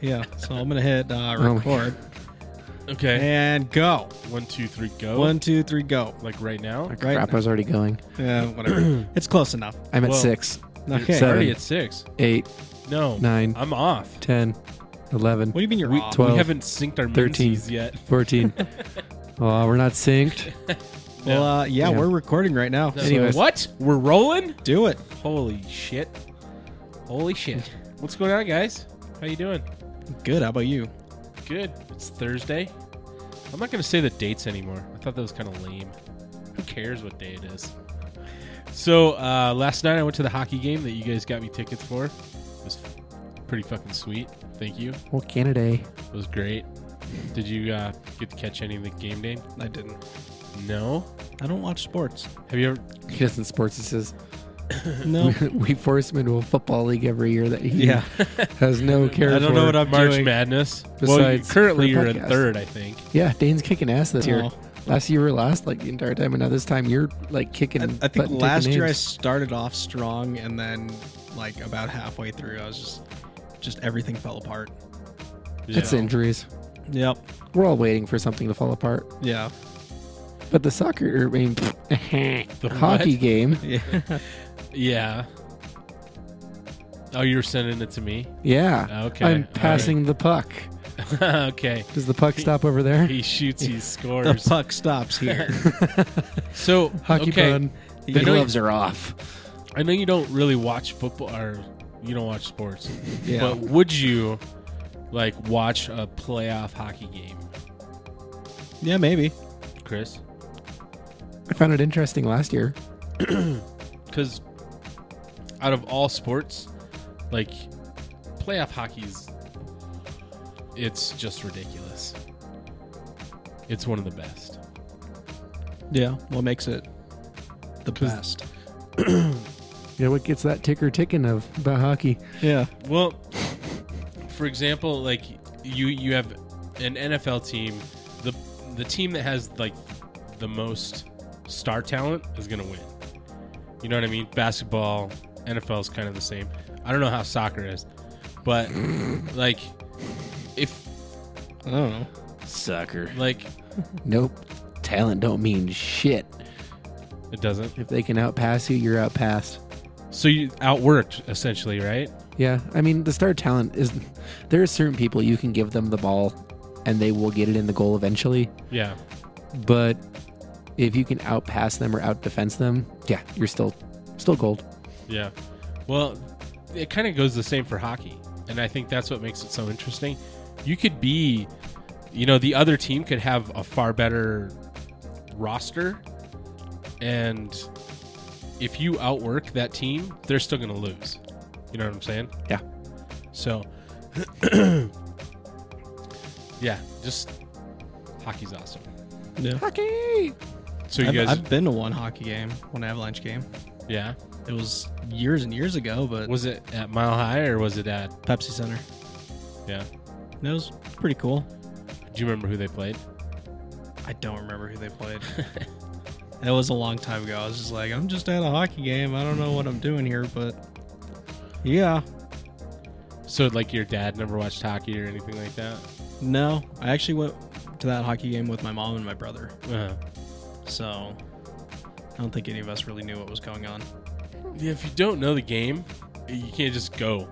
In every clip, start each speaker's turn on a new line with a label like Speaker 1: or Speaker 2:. Speaker 1: Yeah. So I'm gonna hit uh, record
Speaker 2: Okay.
Speaker 1: and go.
Speaker 2: One, two, three, go.
Speaker 1: One, two, three, go.
Speaker 2: Like right now.
Speaker 1: Like right.
Speaker 3: Crap, I was already going.
Speaker 1: Yeah. Whatever. it's close enough.
Speaker 3: I'm at
Speaker 2: Whoa.
Speaker 3: six,
Speaker 1: Okay.
Speaker 2: It's already
Speaker 3: Seven.
Speaker 2: at six.
Speaker 3: eight,
Speaker 2: No.
Speaker 3: nine,
Speaker 2: I'm off.
Speaker 3: 10, 11,
Speaker 1: What do you mean you're
Speaker 2: We,
Speaker 1: off?
Speaker 3: twelve.
Speaker 2: we haven't synced our
Speaker 3: 13.
Speaker 2: menses yet.
Speaker 3: 14. oh, we're not synced.
Speaker 1: Well, uh, yeah,
Speaker 3: Yeah.
Speaker 1: we're recording right now.
Speaker 2: No.
Speaker 1: so
Speaker 3: Anyways.
Speaker 2: What? We're rolling?
Speaker 1: do it.
Speaker 2: Holy shit. Holy shit. What's going on, guys? How you doing?
Speaker 1: Good. How about you?
Speaker 2: Good. It's Thursday. I'm not going to say the dates anymore. I thought that was kind of lame. Who cares what day it is? So, uh, last night I went to the hockey game that you guys got me tickets for. It was pretty fucking sweet. Thank you.
Speaker 3: Well, Canada.
Speaker 2: It was great. Did you uh, get to catch any of the game, Dane?
Speaker 1: I didn't.
Speaker 2: No.
Speaker 1: I don't watch sports.
Speaker 2: Have you ever?
Speaker 3: He doesn't sports. He says
Speaker 1: No.
Speaker 3: we force him into a football league every year that he
Speaker 1: yeah.
Speaker 3: has no care
Speaker 1: I don't know
Speaker 3: for.
Speaker 1: what I'm
Speaker 2: March
Speaker 1: doing.
Speaker 2: Madness. well, you,
Speaker 3: Besides
Speaker 2: currently
Speaker 3: for
Speaker 2: you're in
Speaker 3: podcast.
Speaker 2: third, I think.
Speaker 3: Yeah, Dane's kicking ass this year.
Speaker 1: Oh.
Speaker 3: Last year we were last like the entire time, and now this time you're like kicking.
Speaker 1: I, I
Speaker 3: butt
Speaker 1: think
Speaker 3: and
Speaker 1: last
Speaker 3: taking
Speaker 1: year I
Speaker 3: names.
Speaker 1: started off strong, and then like about halfway through, I was just just everything fell apart.
Speaker 3: it's
Speaker 2: Yeah.
Speaker 3: injuries.
Speaker 1: Yep.
Speaker 3: We're all waiting for something to fall apart.
Speaker 1: Yeah.
Speaker 3: But the soccer, I mean,
Speaker 2: The
Speaker 3: hockey
Speaker 2: what?
Speaker 3: game.
Speaker 1: Yeah.
Speaker 2: Yeah. Oh, you were sending it to me.
Speaker 3: Yeah.
Speaker 2: Okay, all
Speaker 3: I'm
Speaker 2: right.
Speaker 3: passing the puck.
Speaker 2: okay.
Speaker 3: Does the puck stop over there?
Speaker 2: He shoots. He
Speaker 1: the
Speaker 2: scores.
Speaker 1: puck stops here.
Speaker 2: So
Speaker 3: Hockey
Speaker 2: okay.
Speaker 3: pun.
Speaker 1: The
Speaker 2: I know, you,
Speaker 3: are off.
Speaker 2: I know you don't really watch football or you don't watch sports,
Speaker 1: yeah.
Speaker 2: but would you like watch a playoff hockey game,
Speaker 1: yeah. Maybe.
Speaker 2: Chris?
Speaker 3: I found it interesting last year.
Speaker 2: because out of all sports, like playoff hockey's, it's just ridiculous. It's one of the best.
Speaker 1: Yeah, what makes it the
Speaker 2: 'Cause-
Speaker 1: best?
Speaker 3: Yeah, what gets that ticker ticking of about hockey?
Speaker 1: Yeah,
Speaker 2: Well, for example, like you you have an NFL team, the the team that has like the most star talent is going to win. You know what I mean? Basketball, NFL is kind of the same. I don't know how soccer is, but like if
Speaker 1: I don't know.
Speaker 3: Sucker.
Speaker 2: like
Speaker 3: Nope. Talent don't mean shit.
Speaker 2: it doesn't
Speaker 3: If they can outpass you, you're outpassed.
Speaker 2: So you outworked essentially, right?
Speaker 3: Yeah, I mean the star talent is. There are certain people you can give them the ball, and they will get it in the goal eventually.
Speaker 2: Yeah.
Speaker 3: But if you can outpass them or outdefense them, yeah, you're still still gold.
Speaker 2: Yeah. Well, it kind of goes the same for hockey. And I think that's what makes it so interesting. You could be, you know, the other team could have a far better roster. And if you outwork that team, they're still going to lose. You know what I'm saying?
Speaker 3: Yeah.
Speaker 2: So, yeah, just hockey's awesome.
Speaker 1: Yeah,
Speaker 3: Hockey.
Speaker 2: So you
Speaker 1: I've,
Speaker 2: guys,
Speaker 1: I've been to one hockey game, one Avalanche game.
Speaker 2: yeah.
Speaker 1: It was years and years ago, but
Speaker 2: Was it at Mile High or was it at,
Speaker 1: Pepsi Center.
Speaker 2: yeah?
Speaker 1: And it was pretty cool.
Speaker 2: Do you remember who they played?
Speaker 1: I don't remember who they played. it was a long time ago. I was just like, I'm just at a hockey game. I don't know what I'm doing here, but yeah,
Speaker 2: So, like, your dad never watched hockey or anything like that?
Speaker 1: no. I actually went to that hockey game with my mom and my brother,
Speaker 2: Uh-huh.
Speaker 1: so I don't think any of us really knew what was going on.
Speaker 2: Yeah, if you don't know the game, you can't just go.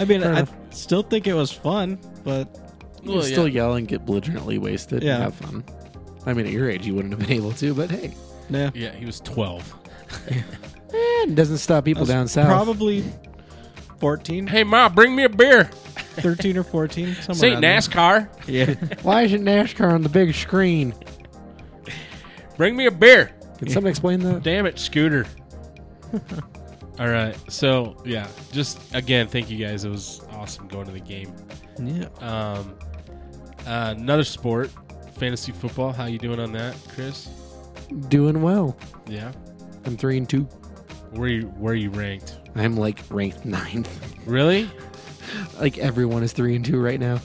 Speaker 1: I mean,
Speaker 3: Fair
Speaker 1: I
Speaker 3: enough.
Speaker 1: still think it was fun, but
Speaker 3: You can still yell and get belligerently wasted
Speaker 1: Yeah.
Speaker 3: and have fun. I mean, at your age, you wouldn't have been able to, but hey,
Speaker 1: yeah.
Speaker 2: yeah. he was 12.
Speaker 3: eh, it doesn't stop people
Speaker 1: I
Speaker 3: down
Speaker 1: was
Speaker 3: south.
Speaker 1: Probably 14,
Speaker 2: Hey, Ma, bring me a beer.
Speaker 1: 13 or 14, somewhere
Speaker 2: Say
Speaker 1: around there.
Speaker 2: NASCAR.
Speaker 1: Yeah.
Speaker 3: Why isn't NASCAR on the big screen?
Speaker 2: Bring me a beer.
Speaker 3: Can someone explain that?
Speaker 2: Damn it, Scooter. All right. So, yeah, just again, thank you guys. It was awesome going to the game.
Speaker 1: yeah.
Speaker 2: Um, uh, another sport, fantasy football. How you doing on that, Chris?
Speaker 3: Doing well.
Speaker 2: Yeah.
Speaker 3: I'm three and two.
Speaker 2: Where you where you ranked?
Speaker 3: I'm like ranked ninth.
Speaker 2: Really?
Speaker 3: Like everyone is three and two right now.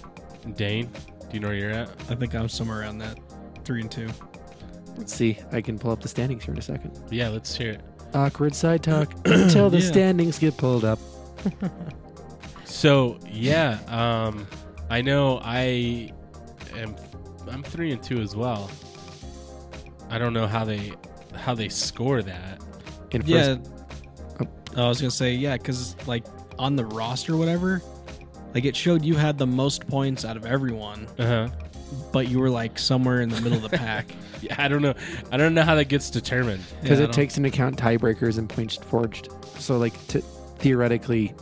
Speaker 2: Dane, do you know where you're at?
Speaker 1: I think I'm somewhere around that. Three and two.
Speaker 3: Let's see. I can pull up the standings here in a second.
Speaker 2: Yeah, let's hear it.
Speaker 3: Awkward side talk until the
Speaker 1: Yeah.
Speaker 3: standings get pulled up.
Speaker 2: So yeah, um, I know I am. I'm three and two as well. I don't know how they how they score that.
Speaker 3: In first,
Speaker 1: Yeah.
Speaker 3: Oh.
Speaker 1: Oh, I was gonna say yeah, because like on the roster, whatever, like it showed you had the most points out of everyone,
Speaker 2: Uh huh.
Speaker 1: but you were like somewhere in the middle of the pack.
Speaker 2: Yeah, I don't know. I don't know how that gets determined.
Speaker 1: Yeah,
Speaker 3: because
Speaker 1: I
Speaker 3: it
Speaker 1: don't-
Speaker 3: takes into account tiebreakers and points forged. So like t- theoretically,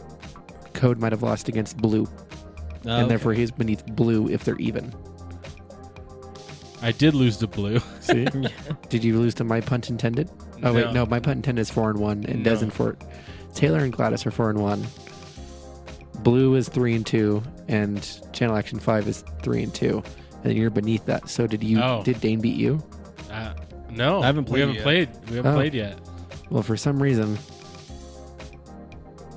Speaker 3: Code might have lost against Blue,
Speaker 1: Oh,
Speaker 3: and
Speaker 1: okay.
Speaker 3: therefore he's beneath Blue if they're even.
Speaker 2: I did lose to blue.
Speaker 3: See, did you lose to my punt intended? Oh
Speaker 2: No.
Speaker 3: wait, no, my punt intended is four and one, and
Speaker 2: No.
Speaker 3: Des and Fort, Taylor and Gladys are four and one. Blue is three and two, and Channel Action Five is three and two, and then you're beneath that. So did you?
Speaker 2: Oh.
Speaker 3: Did Dane beat you?
Speaker 2: Uh, no,
Speaker 1: I haven't
Speaker 2: We
Speaker 1: played
Speaker 2: haven't
Speaker 1: yet.
Speaker 2: played. We haven't
Speaker 3: Oh.
Speaker 2: played yet.
Speaker 3: Well, for some reason,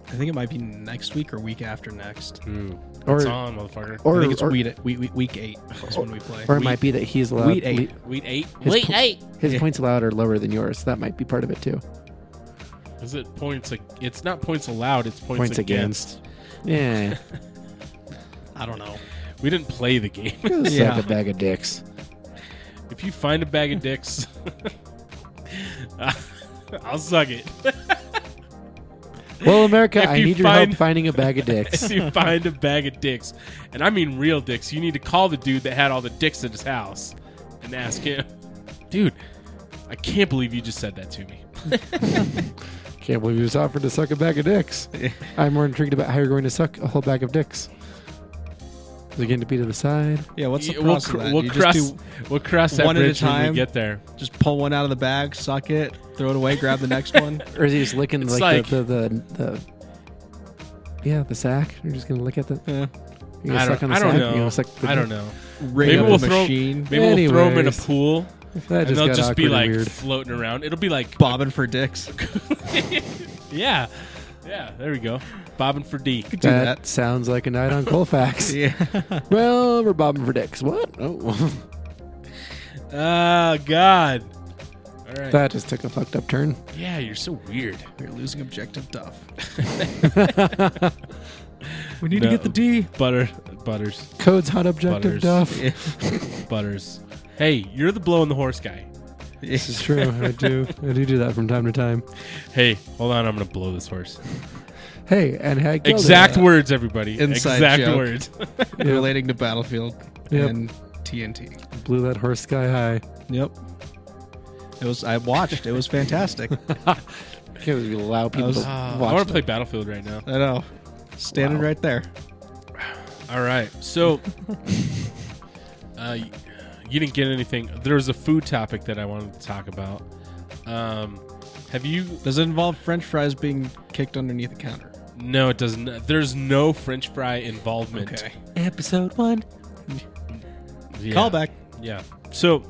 Speaker 1: I think it might be next week or week after next.
Speaker 2: Hmm.
Speaker 3: Or-
Speaker 2: it's on, motherfucker.
Speaker 3: or
Speaker 1: I think it's
Speaker 3: or,
Speaker 1: week, week, week eight is when we play.
Speaker 3: or it
Speaker 1: Week-
Speaker 3: might be uh, that he's allowed.
Speaker 1: Wheat eight.
Speaker 2: Week eight.
Speaker 3: His
Speaker 2: Wait,
Speaker 3: po-
Speaker 2: eight.
Speaker 3: His
Speaker 1: Yeah.
Speaker 3: points allowed are lower than yours. That might be part of it too.
Speaker 2: Is it points? Like, it's not points allowed. It's points,
Speaker 3: Points
Speaker 2: against.
Speaker 3: against. Yeah,
Speaker 1: I don't know.
Speaker 2: We didn't play the game.
Speaker 3: Go suck
Speaker 1: Yeah.
Speaker 3: a bag of dicks.
Speaker 2: if you find a bag of dicks, I'll suck it.
Speaker 3: Well, America,
Speaker 2: If
Speaker 3: I
Speaker 2: you
Speaker 3: need your
Speaker 2: find-
Speaker 3: help finding a bag of
Speaker 2: if
Speaker 3: dicks.
Speaker 2: you find a bag of dicks, and I mean real dicks, you need to call the dude that had all the dicks at his house and ask him, dude, I can't believe you just said that to me.
Speaker 3: Can't believe he was offered to suck a bag of dicks. I'm more intrigued about how you're going to suck a whole bag of dicks. Is it going to be to the side?
Speaker 1: Yeah, what's the
Speaker 2: Yeah, we'll,
Speaker 1: process?
Speaker 2: cr-
Speaker 1: of that?
Speaker 2: we'll
Speaker 1: You
Speaker 2: cross,
Speaker 1: Just,
Speaker 2: we'll cross that
Speaker 1: one at a
Speaker 2: bridge when
Speaker 1: time?
Speaker 2: we get there.
Speaker 1: do, just pull one out of the bag, suck it, throw it away, grab the next one.
Speaker 3: Or is he just licking
Speaker 2: It's
Speaker 3: like,
Speaker 2: like-
Speaker 3: the, the, the the yeah the sack? You're just going to lick at the.
Speaker 1: Yeah.
Speaker 3: You're gonna
Speaker 2: I
Speaker 3: suck on
Speaker 2: don't,
Speaker 3: the
Speaker 2: I
Speaker 3: sack?
Speaker 2: don't
Speaker 3: You're
Speaker 2: know.
Speaker 3: gonna suck the
Speaker 2: I don't know.
Speaker 1: Rig
Speaker 2: Maybe
Speaker 1: up
Speaker 2: we'll
Speaker 1: a
Speaker 2: throw-
Speaker 1: machine,
Speaker 2: Maybe we'll throw them in a
Speaker 3: Anyways.
Speaker 2: pool,
Speaker 3: That
Speaker 2: and
Speaker 3: just
Speaker 2: they'll
Speaker 3: got
Speaker 2: just
Speaker 3: awkward
Speaker 2: be
Speaker 3: and
Speaker 2: like
Speaker 3: weird.
Speaker 2: floating around. It'll be like,
Speaker 1: bobbing for dicks.
Speaker 2: yeah, yeah. There we go, bobbing for D.
Speaker 1: Could do
Speaker 3: That,
Speaker 1: that.
Speaker 3: sounds like a night on Colfax.
Speaker 1: Yeah.
Speaker 3: Well, we're bobbing for dicks. What? Oh,
Speaker 2: Oh God. All right.
Speaker 3: that just took a fucked up turn.
Speaker 2: yeah, you're so weird.
Speaker 1: We're losing objective duff. we need
Speaker 2: No.
Speaker 1: to get the D.
Speaker 2: Butter, butters.
Speaker 3: Code's hot objective
Speaker 2: Butters.
Speaker 3: duff.
Speaker 1: Yeah.
Speaker 2: Butters. Hey, you're the blowing the horse guy.
Speaker 3: This is true. I do. I do do that from time to time.
Speaker 2: Hey, hold on, I'm gonna blow this horse.
Speaker 3: Hey, and hey, killed
Speaker 2: Exact
Speaker 3: it.
Speaker 2: words, everybody.
Speaker 1: Inside
Speaker 2: exact
Speaker 1: joke.
Speaker 2: words.
Speaker 3: Yep.
Speaker 1: Relating to Battlefield
Speaker 3: Yep.
Speaker 1: and TNT.
Speaker 3: blew that horse sky high.
Speaker 1: Yep. It was. I watched. It was fantastic.
Speaker 3: Can't believe you allow people
Speaker 1: was-
Speaker 3: to
Speaker 2: Ah, I
Speaker 3: watch
Speaker 2: want
Speaker 3: that.
Speaker 2: to play Battlefield right now.
Speaker 1: I know. Standing
Speaker 3: Wow.
Speaker 1: right there.
Speaker 2: All right, so uh, y- you didn't get anything. There was a food topic that I wanted to talk about. Um, have you?
Speaker 1: Does it involve French fries being kicked underneath the counter?
Speaker 2: No, it doesn't. There's no French fry involvement.
Speaker 1: Okay.
Speaker 3: Episode one.
Speaker 2: Yeah.
Speaker 1: Callback.
Speaker 2: Yeah. So,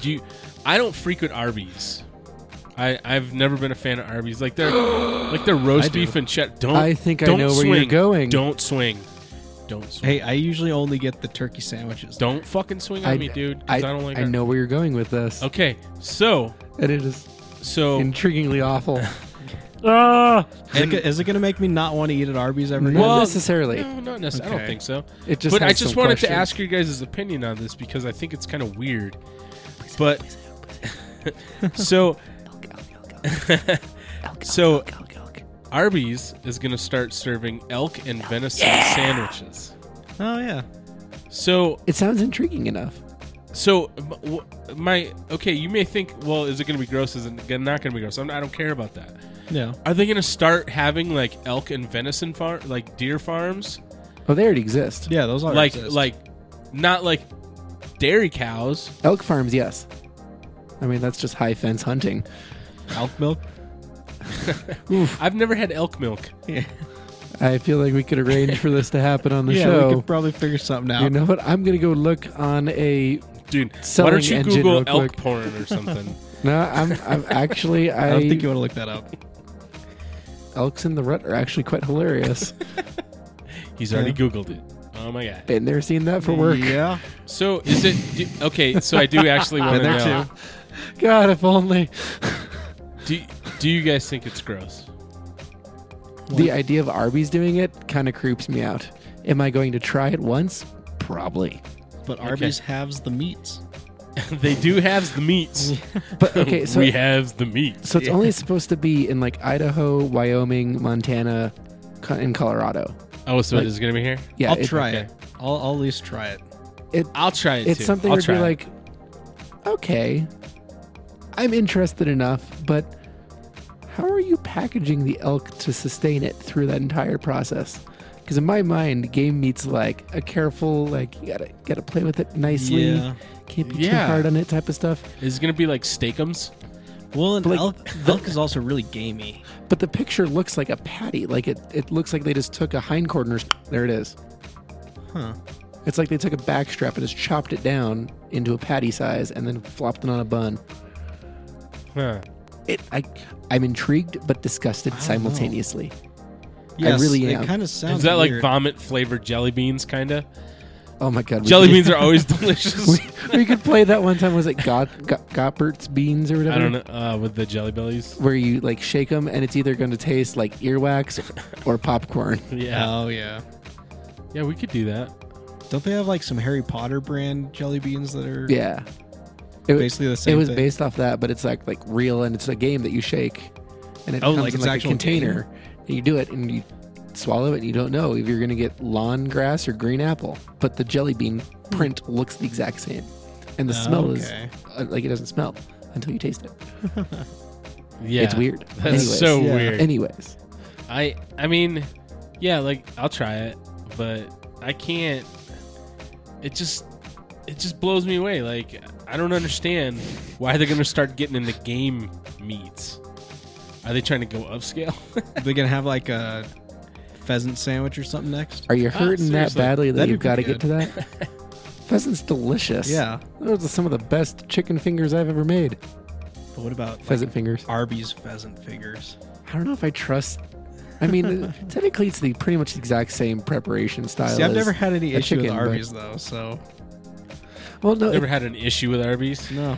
Speaker 2: do you? I don't frequent Arby's. I I've never been a fan of Arby's. Like their like their
Speaker 1: I
Speaker 2: roast
Speaker 1: do.
Speaker 2: beef and chet. Don't
Speaker 3: I think I
Speaker 2: don't
Speaker 3: know where
Speaker 2: swing.
Speaker 3: you're going.
Speaker 2: Don't swing. Don't swing.
Speaker 1: Hey, I usually only get the turkey sandwiches.
Speaker 2: Don't fucking swing on
Speaker 3: I,
Speaker 2: me, dude. 'cause
Speaker 3: I,
Speaker 2: I, don't like. Oh.
Speaker 3: I
Speaker 2: Ar-
Speaker 3: know where you're going with this,
Speaker 2: Okay. So
Speaker 3: and it is
Speaker 2: so.
Speaker 3: intriguingly awful.
Speaker 2: Ah!
Speaker 1: Is, it, go- is it gonna make me not want to eat at Arby's ever?
Speaker 3: Not
Speaker 1: again?
Speaker 2: Well-
Speaker 3: necessarily.
Speaker 2: no, not necessarily. I don't
Speaker 1: Okay.
Speaker 2: think so.
Speaker 3: It just.
Speaker 2: but I
Speaker 3: has
Speaker 2: just
Speaker 3: some
Speaker 2: wanted to
Speaker 3: questions.
Speaker 2: ask your guys' opinion on this because I think it's kind of weird. But so so Arby's is going to start serving elk and venison sandwiches.
Speaker 1: Oh yeah.
Speaker 2: So
Speaker 3: It sounds intriguing enough.
Speaker 2: so m- w- my okay, you may think, well, is it going to be gross? Is it g- not going to be gross? I'm, I don't care about that.
Speaker 1: Yeah.
Speaker 2: Are they going to start having like elk and venison farm, like deer farms,
Speaker 3: Oh, they already exist.
Speaker 1: Yeah. Those are
Speaker 2: like like not like dairy cows?
Speaker 3: Elk farms, yes. I mean, that's just high fence hunting.
Speaker 1: elk milk.
Speaker 2: I've never had elk milk.
Speaker 1: Yeah.
Speaker 3: I feel like we could arrange for this to happen on the
Speaker 1: yeah.
Speaker 3: show.
Speaker 1: We could probably figure something out.
Speaker 3: You know what? I'm gonna go look on a.
Speaker 2: Dude, why
Speaker 3: Selling
Speaker 2: don't you
Speaker 3: engine
Speaker 2: Google
Speaker 3: real
Speaker 2: elk
Speaker 3: quick.
Speaker 2: porn or something?
Speaker 3: No, I'm. I'm actually. I,
Speaker 1: I don't think you want to look that up.
Speaker 3: elks in the rut are actually quite hilarious.
Speaker 2: He's already
Speaker 1: Yeah.
Speaker 2: Googled it. Oh my god.
Speaker 3: Been there, seen that for work.
Speaker 1: Yeah.
Speaker 2: So is it do, okay? So I do actually want to
Speaker 1: Been there
Speaker 2: know.
Speaker 1: too.
Speaker 3: God, if only.
Speaker 2: Do, do you guys think it's gross?
Speaker 3: The idea of Arby's doing it kind of creeps me out. Am I going to try it once? Probably.
Speaker 1: But Arby's halves the meats.
Speaker 2: they do have the meats.
Speaker 3: But okay, so
Speaker 2: we have the meats.
Speaker 3: so it's only supposed to be in like Idaho, Wyoming, Montana, Co- and Colorado.
Speaker 2: Oh, so
Speaker 3: Like-
Speaker 2: it is gonna be here.
Speaker 3: Yeah,
Speaker 1: I'll
Speaker 3: it-
Speaker 1: try
Speaker 2: okay.
Speaker 1: it. I'll, I'll at least try it.
Speaker 2: I'll try it.
Speaker 3: It's
Speaker 2: too.
Speaker 3: something
Speaker 2: I'll
Speaker 3: where
Speaker 2: try
Speaker 3: you're
Speaker 2: it.
Speaker 3: like, okay, I'm interested enough, but how are you packaging the elk to sustain it through that entire process? Because in my mind, game meat's like a careful, like you gotta gotta play with it nicely,
Speaker 1: Yeah.
Speaker 3: can't be
Speaker 2: Yeah.
Speaker 3: too hard on it type of stuff.
Speaker 2: is it gonna be like steakums?
Speaker 1: Well, and
Speaker 3: But, like,
Speaker 1: elk, elk is also really gamey.
Speaker 3: But the picture looks like a patty, like it it looks like they just took a hindquarter. and just- There it is.
Speaker 1: Huh.
Speaker 3: It's like they took a back strap and just chopped it down into a patty size and then flopped it on a bun.
Speaker 2: Huh.
Speaker 3: It, I, I'm intrigued but disgusted simultaneously.
Speaker 1: Yes,
Speaker 3: really
Speaker 1: it
Speaker 3: am.
Speaker 1: kind of sounds.
Speaker 2: Is that like
Speaker 1: weird.
Speaker 2: vomit flavored jelly beans? Kinda.
Speaker 3: Oh my god, we-
Speaker 2: Jelly beans are always delicious.
Speaker 3: We, we could play that one time. Was it Got, Got, Gotbert's beans or whatever?
Speaker 2: I don't know uh, with the jelly bellies.
Speaker 3: Where you like shake them and it's either going to taste like earwax or popcorn.
Speaker 2: Yeah,
Speaker 1: Oh yeah.
Speaker 2: yeah, we could do that.
Speaker 1: Don't they have like some Harry Potter brand jelly beans that are
Speaker 3: Yeah, it, was-
Speaker 1: basically the same?
Speaker 3: it was
Speaker 1: thing?
Speaker 3: based off that, but it's like like real and it's a game that you shake, and it
Speaker 1: Oh,
Speaker 3: comes
Speaker 1: like
Speaker 3: in
Speaker 1: it's
Speaker 3: like a
Speaker 1: actual
Speaker 3: container. And you do it and you swallow it. and You don't know if you're going to get lawn grass or green apple, but the jelly bean print looks the exact same, and the
Speaker 1: Oh,
Speaker 3: smell
Speaker 1: okay.
Speaker 3: is uh, like it doesn't smell until you taste it.
Speaker 2: Yeah,
Speaker 3: It's weird.
Speaker 2: That's
Speaker 3: Anyways.
Speaker 2: so
Speaker 1: Yeah.
Speaker 2: weird.
Speaker 3: Anyways,
Speaker 2: I I mean, yeah, like I'll try it, but I can't. It just it just blows me away. Like I don't understand why they're gonna start getting into game meats. Are they trying to go upscale?
Speaker 1: They're gonna have like a pheasant sandwich or something next.
Speaker 3: are you hurting that
Speaker 2: seriously.
Speaker 3: badly that
Speaker 1: Ah, That'd
Speaker 3: you've
Speaker 1: be
Speaker 3: got to
Speaker 1: good.
Speaker 3: get to that? Pheasant's delicious.
Speaker 1: Yeah,
Speaker 3: Those are some of the best chicken fingers I've ever made.
Speaker 1: but what about like,
Speaker 3: Pheasant fingers.
Speaker 1: Arby's pheasant figures?
Speaker 3: I don't know if I trust. I mean, technically, it's the pretty much the exact same preparation style.
Speaker 1: See, I've
Speaker 3: as-
Speaker 1: never had any
Speaker 3: a
Speaker 1: issue with
Speaker 3: chicken, but-
Speaker 1: Arby's though, so
Speaker 3: Well, no.
Speaker 2: Never
Speaker 3: it-
Speaker 2: had an issue with Arby's.
Speaker 1: no.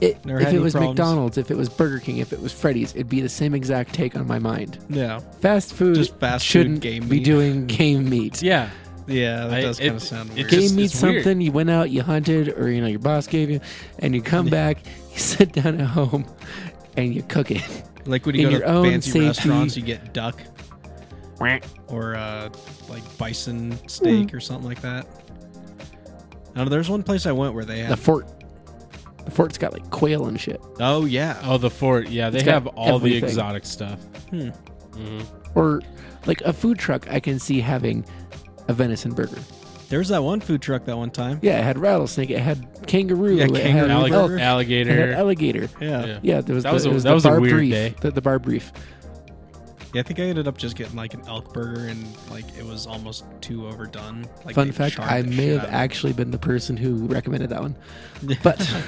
Speaker 3: it-
Speaker 1: never
Speaker 3: if
Speaker 1: had
Speaker 3: it
Speaker 1: any
Speaker 3: was
Speaker 1: problems.
Speaker 3: McDonald's, if it was Burger King, if it was Freddy's, it'd be the same exact take on my mind.
Speaker 1: Yeah,
Speaker 3: Fast food
Speaker 1: Just fast food
Speaker 3: shouldn't
Speaker 1: game
Speaker 3: be
Speaker 1: meat.
Speaker 3: doing game meat.
Speaker 2: Yeah,
Speaker 1: yeah, that
Speaker 2: I-
Speaker 1: does
Speaker 2: it-
Speaker 1: kind of sound
Speaker 2: it
Speaker 1: weird.
Speaker 2: just-
Speaker 3: Game meat
Speaker 2: it's weird.
Speaker 3: something you went out, you hunted, or you know your boss gave you, and you come back, you sit down at home, and you cook it.
Speaker 1: like when you
Speaker 3: in
Speaker 1: go
Speaker 3: your own
Speaker 1: to fancy
Speaker 3: safety-
Speaker 1: restaurants, you get duck or uh, like bison steak
Speaker 3: Hmm.
Speaker 1: or something like that. Now, there's one place I went where they
Speaker 3: The
Speaker 1: had.
Speaker 3: fort, the fort's got like quail and shit,
Speaker 1: oh yeah,
Speaker 2: Oh, the fort. Yeah, they
Speaker 3: It's got
Speaker 2: have all
Speaker 3: everything.
Speaker 2: the exotic stuff.
Speaker 1: Hmm.
Speaker 2: Mhm.
Speaker 3: or like a food truck. I can see having a venison burger.
Speaker 1: there was that one food truck that one time.
Speaker 3: Yeah, it had rattlesnake. It had kangaroo.
Speaker 1: Yeah,
Speaker 3: it had
Speaker 1: kangaroo
Speaker 3: elk,
Speaker 1: burger.
Speaker 2: Allig-
Speaker 3: It had
Speaker 2: alligator.
Speaker 3: alligator.
Speaker 1: Yeah.
Speaker 2: Yeah.
Speaker 1: yeah,
Speaker 3: Yeah, there was
Speaker 2: That
Speaker 3: the,
Speaker 2: was a-
Speaker 3: it was
Speaker 2: that
Speaker 3: the
Speaker 2: was a
Speaker 3: bar
Speaker 2: weird
Speaker 3: brief.
Speaker 2: day.
Speaker 3: The, the bar brief.
Speaker 1: I think I ended up just getting like an elk burger, and like it was almost too overdone. Like
Speaker 3: Fun
Speaker 1: they
Speaker 3: fact:
Speaker 1: charred
Speaker 3: I
Speaker 1: the
Speaker 3: may
Speaker 1: shit
Speaker 3: have
Speaker 1: out
Speaker 3: actually been the person who recommended that one.
Speaker 1: of it.
Speaker 3: But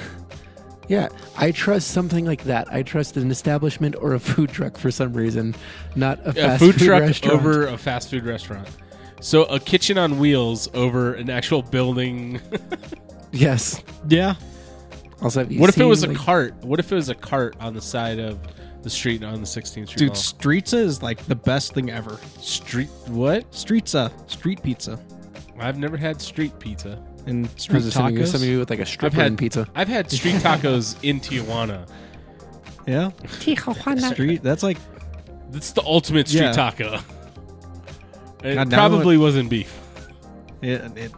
Speaker 3: yeah, I trust something like that. I trust an establishment or a food truck for some reason, not a
Speaker 2: A
Speaker 3: fast
Speaker 2: food,
Speaker 3: food
Speaker 2: truck
Speaker 3: restaurant.
Speaker 2: over a fast food restaurant. So a kitchen on wheels over an actual building.
Speaker 3: Yes.
Speaker 1: yeah,
Speaker 3: Also, have you
Speaker 2: What if it
Speaker 3: seen,
Speaker 2: was a
Speaker 3: like-
Speaker 2: cart? What if it was a cart on the side of the street on the 16th Street?
Speaker 1: dude,
Speaker 2: Mall?
Speaker 1: streetza is like the best thing ever.
Speaker 2: street what?
Speaker 1: Streetza, street pizza,
Speaker 2: I've never had street pizza.
Speaker 1: and
Speaker 3: I
Speaker 1: street
Speaker 3: was assuming it was
Speaker 1: tacos.
Speaker 3: somebody with like a
Speaker 2: I've
Speaker 3: stripper
Speaker 2: had
Speaker 3: and pizza.
Speaker 2: I've had street tacos in Tijuana.
Speaker 1: yeah, street. That's like
Speaker 2: That's the ultimate street
Speaker 1: Yeah.
Speaker 2: taco. It
Speaker 1: God, now I
Speaker 2: probably wasn't beef.
Speaker 1: it, it,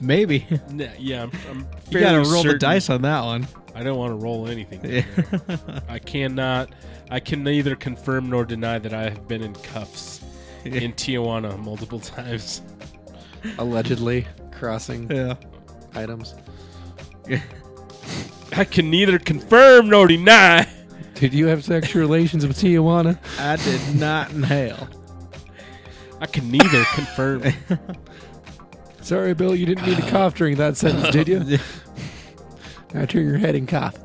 Speaker 1: maybe
Speaker 2: Nah, Yeah, I'm, I'm
Speaker 1: you gotta
Speaker 2: fairly
Speaker 1: roll the
Speaker 2: certain-
Speaker 1: dice on that one.
Speaker 2: I don't want to roll anything.
Speaker 1: Yeah.
Speaker 2: I cannot. I can neither confirm nor deny that I have been in cuffs in Tijuana multiple times.
Speaker 3: Allegedly crossing
Speaker 1: yeah.
Speaker 3: items.
Speaker 2: I can neither confirm nor deny.
Speaker 3: Did you have sexual relations with Tijuana?
Speaker 1: I did not inhale.
Speaker 2: I can neither confirm.
Speaker 3: Sorry, Bill, you didn't mean to cough during that sentence, did you? now turn your head and cough.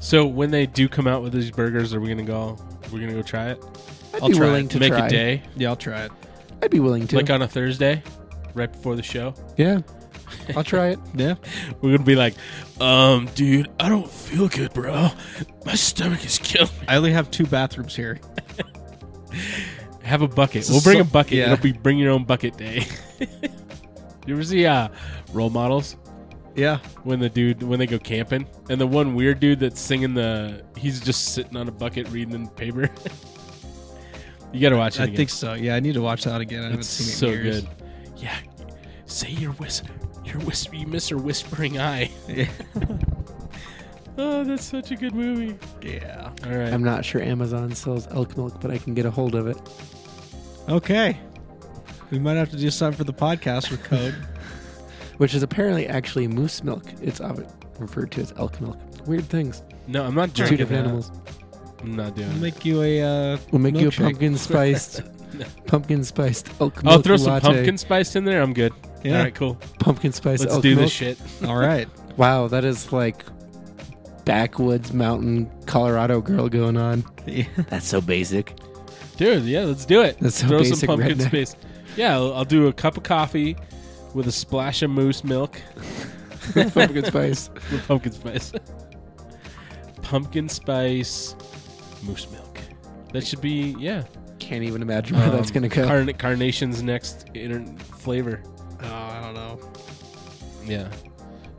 Speaker 2: So when they do come out with these burgers, are we gonna go? We're gonna go try it.
Speaker 3: I'd
Speaker 1: I'll
Speaker 3: be
Speaker 1: try
Speaker 3: willing
Speaker 1: it.
Speaker 3: to
Speaker 2: Make
Speaker 3: try.
Speaker 2: a day,
Speaker 1: Yeah, I'll try it.
Speaker 3: I'd be willing to.
Speaker 2: like on a Thursday, right before the show.
Speaker 3: yeah, I'll try it.
Speaker 1: Yeah.
Speaker 2: We're gonna be like, um, dude, I don't feel good, bro. My stomach is killing me.
Speaker 1: I only have two bathrooms here.
Speaker 2: Have a bucket.
Speaker 1: It's a
Speaker 2: We'll bring a
Speaker 1: so-
Speaker 2: bucket.
Speaker 1: yeah.
Speaker 2: It'll be bring your own bucket day. you ever see uh, role models
Speaker 1: Yeah.
Speaker 2: when the dude when they go camping and the one weird dude that's singing the he's just sitting on a bucket reading the paper. you got to watch it.
Speaker 1: I
Speaker 2: again.
Speaker 1: think so. Yeah, I need to watch that again. I haven't
Speaker 2: It's
Speaker 1: seen it in
Speaker 2: so
Speaker 1: years.
Speaker 2: good. Yeah, say your whisper, your whisper, you miss her whispering eye.
Speaker 1: Yeah.
Speaker 2: Oh, that's such a good movie.
Speaker 1: yeah.
Speaker 2: All right.
Speaker 3: I'm not sure Amazon sells elk milk, but I can get a hold of it.
Speaker 1: Okay. We might have to do something for the podcast with code.
Speaker 3: which is apparently actually moose milk. It's often referred to as elk milk. Weird things.
Speaker 2: no, I'm not
Speaker 3: Two
Speaker 2: drinking
Speaker 3: different
Speaker 2: that.
Speaker 3: animals.
Speaker 2: I'm not doing.
Speaker 1: We'll
Speaker 2: it.
Speaker 1: make you a uh,
Speaker 3: We'll make you a
Speaker 1: Milkshake.
Speaker 3: pumpkin spiced, pumpkin spiced elk milk
Speaker 2: I'll throw some
Speaker 3: latte.
Speaker 2: pumpkin spice in there. I'm good.
Speaker 1: yeah.
Speaker 2: All right, cool.
Speaker 3: pumpkin spiced
Speaker 2: Let's
Speaker 3: elk
Speaker 2: do
Speaker 3: milk.
Speaker 2: this shit.
Speaker 1: All right.
Speaker 3: Wow, that is like backwoods mountain Colorado girl going on.
Speaker 1: Yeah.
Speaker 3: That's so basic.
Speaker 2: Dude, yeah, let's do it.
Speaker 3: That's so
Speaker 2: Throw some
Speaker 3: basic
Speaker 2: pumpkin
Speaker 3: redneck.
Speaker 2: spice. Yeah, I'll, I'll do a cup of coffee with a splash of moose milk
Speaker 3: pumpkin spice.
Speaker 2: with pumpkin spice. pumpkin spice, moose milk. That should be yeah.
Speaker 3: Can't even imagine where that's
Speaker 2: Um,
Speaker 3: gonna go.
Speaker 2: Carn- Carnation's next inter- flavor.
Speaker 1: Oh, I don't know.
Speaker 2: Yeah.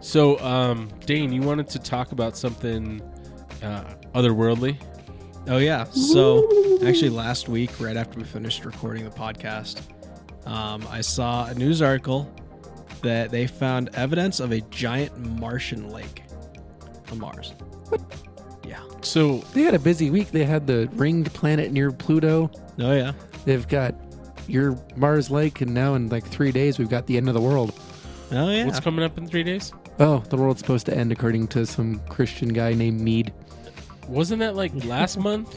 Speaker 2: So, um, Dane, you wanted to talk about something uh, otherworldly.
Speaker 1: Oh yeah. So actually, last week, right after we finished recording the podcast, um, I saw a news article that they found evidence of a giant Martian lake on Mars. Yeah.
Speaker 2: So,
Speaker 3: they had a busy week. They had the ringed planet near Pluto.
Speaker 1: Oh yeah.
Speaker 3: They've got your Mars Lake, and now in like three days we've got the end of the world.
Speaker 1: Oh yeah.
Speaker 2: what's coming up in three days?
Speaker 3: Oh, the world's supposed to end according to some Christian guy named Mead.
Speaker 2: Wasn't that like last month?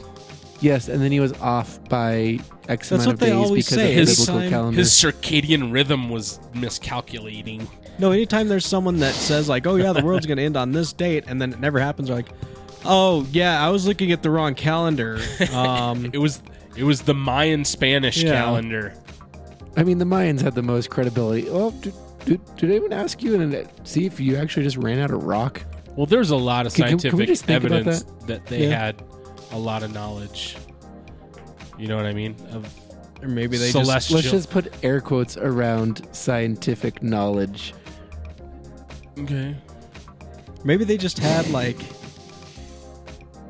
Speaker 3: Yes, and then he was off by X
Speaker 1: That's
Speaker 3: amount of
Speaker 1: what they
Speaker 3: days
Speaker 1: always
Speaker 3: because
Speaker 1: say,
Speaker 3: of the
Speaker 2: his
Speaker 3: biblical
Speaker 1: time-
Speaker 3: calendar.
Speaker 2: His circadian rhythm was miscalculating.
Speaker 1: No, anytime there's someone that says like, "Oh yeah, the world's going to end on this date," and then it never happens, they're like, "Oh yeah, I was looking at the wrong calendar." Um,
Speaker 2: It was it was the Mayan Spanish
Speaker 1: Yeah.
Speaker 2: calendar.
Speaker 3: I mean, the Mayans had the most credibility. Oh, did, did, did anyone ask you and uh, see if you actually just ran out of rock?
Speaker 2: Well, there's a lot of
Speaker 3: Can- can- can we
Speaker 2: scientific
Speaker 3: just think about
Speaker 2: evidence that? they
Speaker 1: Yeah.
Speaker 2: had a lot of knowledge. You know what I mean? Of
Speaker 1: or maybe they just
Speaker 2: celestial.
Speaker 3: Let's just put air quotes around scientific knowledge.
Speaker 2: okay.
Speaker 1: maybe they just had like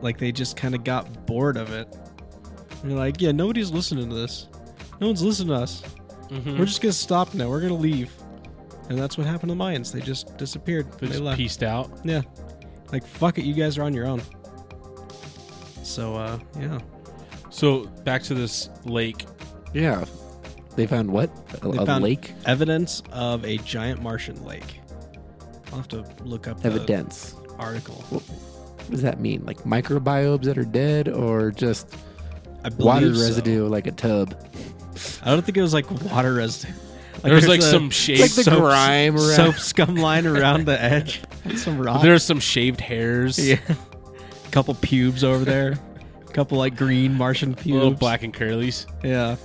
Speaker 1: like they just kind of got bored of it. And they're like, "Yeah, nobody's listening to this. No one's listening to us.
Speaker 2: Mm-hmm. Mm.
Speaker 1: We're just going to stop now. We're going to leave." And that's what happened to the Mayans. They just disappeared.
Speaker 2: They
Speaker 1: They,
Speaker 2: just
Speaker 1: left.
Speaker 2: pieced out.
Speaker 1: Yeah. Like fuck it, you guys are on your own. So uh, yeah.
Speaker 2: So back to this lake.
Speaker 3: Yeah. They found what? A,
Speaker 1: They
Speaker 3: a
Speaker 1: found
Speaker 3: lake?
Speaker 1: evidence of a giant Martian lake. I'll have to look up the
Speaker 3: Evidence.
Speaker 1: article.
Speaker 3: What does that mean? Like microbiobes that are dead or just
Speaker 1: I believe
Speaker 3: water
Speaker 1: so.
Speaker 3: residue like a tub?
Speaker 1: I don't think it was like water residue. Like
Speaker 2: There's like
Speaker 1: a
Speaker 2: some shade.
Speaker 3: like the
Speaker 1: soap-
Speaker 3: grime around-
Speaker 1: soap scum line around the edge. Some rock.
Speaker 2: There's some shaved hairs.
Speaker 1: Ah. yeah. couple pubes over there. couple like green Martian pubes.
Speaker 2: Little black and curlies.
Speaker 1: Yeah.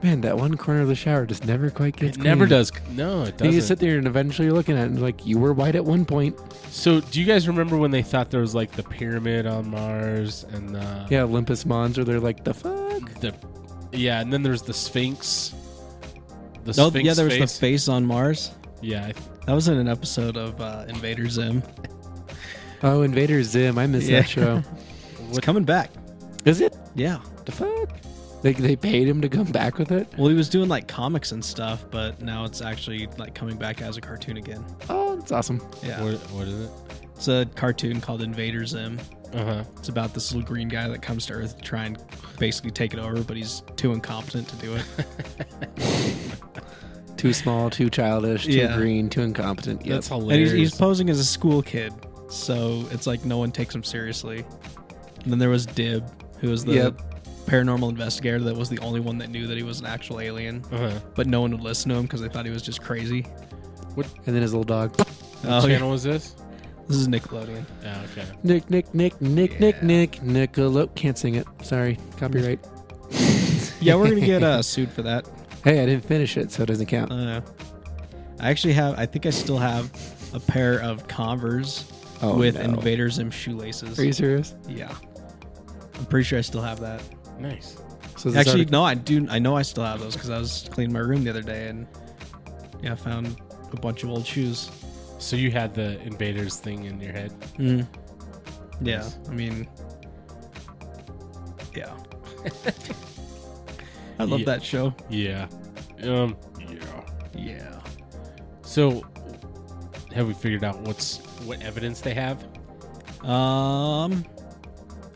Speaker 3: Man, that one corner of the shower just never quite gets
Speaker 2: It never
Speaker 3: clean.
Speaker 2: does. No, it
Speaker 3: And
Speaker 2: doesn't.
Speaker 3: you sit there and eventually you're looking at it and like you were white at one point.
Speaker 2: so, do you guys remember when they thought there was like the pyramid on Mars and the
Speaker 3: Yeah, Olympus Mons, or they're like, the fuck?
Speaker 2: the yeah, and then there's the Sphinx. The
Speaker 1: No,
Speaker 2: Sphinx
Speaker 1: Oh, yeah, there was
Speaker 2: face.
Speaker 1: the face on Mars.
Speaker 2: yeah, I th-
Speaker 1: That was in an episode of uh, Invader Zim.
Speaker 3: Oh, Invader Zim, I miss
Speaker 1: Yeah.
Speaker 3: that show.
Speaker 1: It's coming back.
Speaker 3: Is it?
Speaker 1: Yeah.
Speaker 3: The fuck? Like they paid him to come back with it?
Speaker 1: Well, he was doing like comics and stuff, but now it's actually like coming back as a cartoon again.
Speaker 3: Oh, that's awesome.
Speaker 1: Yeah.
Speaker 2: what, what is it?
Speaker 1: It's a cartoon called Invader Zim.
Speaker 2: Uh huh.
Speaker 1: It's about this little green guy that comes to Earth to try and basically take it over, but he's too incompetent to do it.
Speaker 3: Too small, too childish, too
Speaker 1: Yeah.
Speaker 3: green, too incompetent. Yep.
Speaker 2: That's
Speaker 1: and
Speaker 2: hilarious.
Speaker 1: he's, he's posing as a school kid, so it's like no one takes him seriously. And then there was Dib, who was the
Speaker 3: Yep.
Speaker 1: paranormal investigator that was the only one that knew that he was an actual alien,
Speaker 2: uh-huh.
Speaker 1: but no one would listen to him because they thought he was just crazy.
Speaker 3: and then his little dog.
Speaker 2: What
Speaker 1: Oh, yeah.
Speaker 2: channel is this?
Speaker 1: This is Nickelodeon.
Speaker 2: Yeah, okay.
Speaker 3: Nick, Nick, Nick, Nick,
Speaker 1: Yeah.
Speaker 3: Nick, Nick, Niccolo. Can't sing it. Sorry. Copyright.
Speaker 1: Yeah, we're gonna get uh, sued for that.
Speaker 3: Hey, I didn't finish it, so it doesn't count.
Speaker 1: Uh, I actually have. I think I still have a pair of Converse
Speaker 3: Oh,
Speaker 1: with
Speaker 3: no.
Speaker 1: Invader Zim shoelaces.
Speaker 3: Are you serious?
Speaker 1: Yeah. I'm pretty sure I still have that.
Speaker 2: Nice.
Speaker 3: So So this
Speaker 1: Actually,
Speaker 3: article-
Speaker 1: no, I do. I know I still have those because I was cleaning my room the other day and yeah, I found a bunch of old shoes.
Speaker 2: So you had the invaders thing in your head.
Speaker 1: Mm. Yeah,
Speaker 2: Hmm. Nice.
Speaker 1: I mean, yeah. I love
Speaker 2: Yeah.
Speaker 1: that show.
Speaker 2: Yeah. Um. Yeah.
Speaker 1: Yeah.
Speaker 2: So, have we figured out what's what evidence they have?
Speaker 1: Um,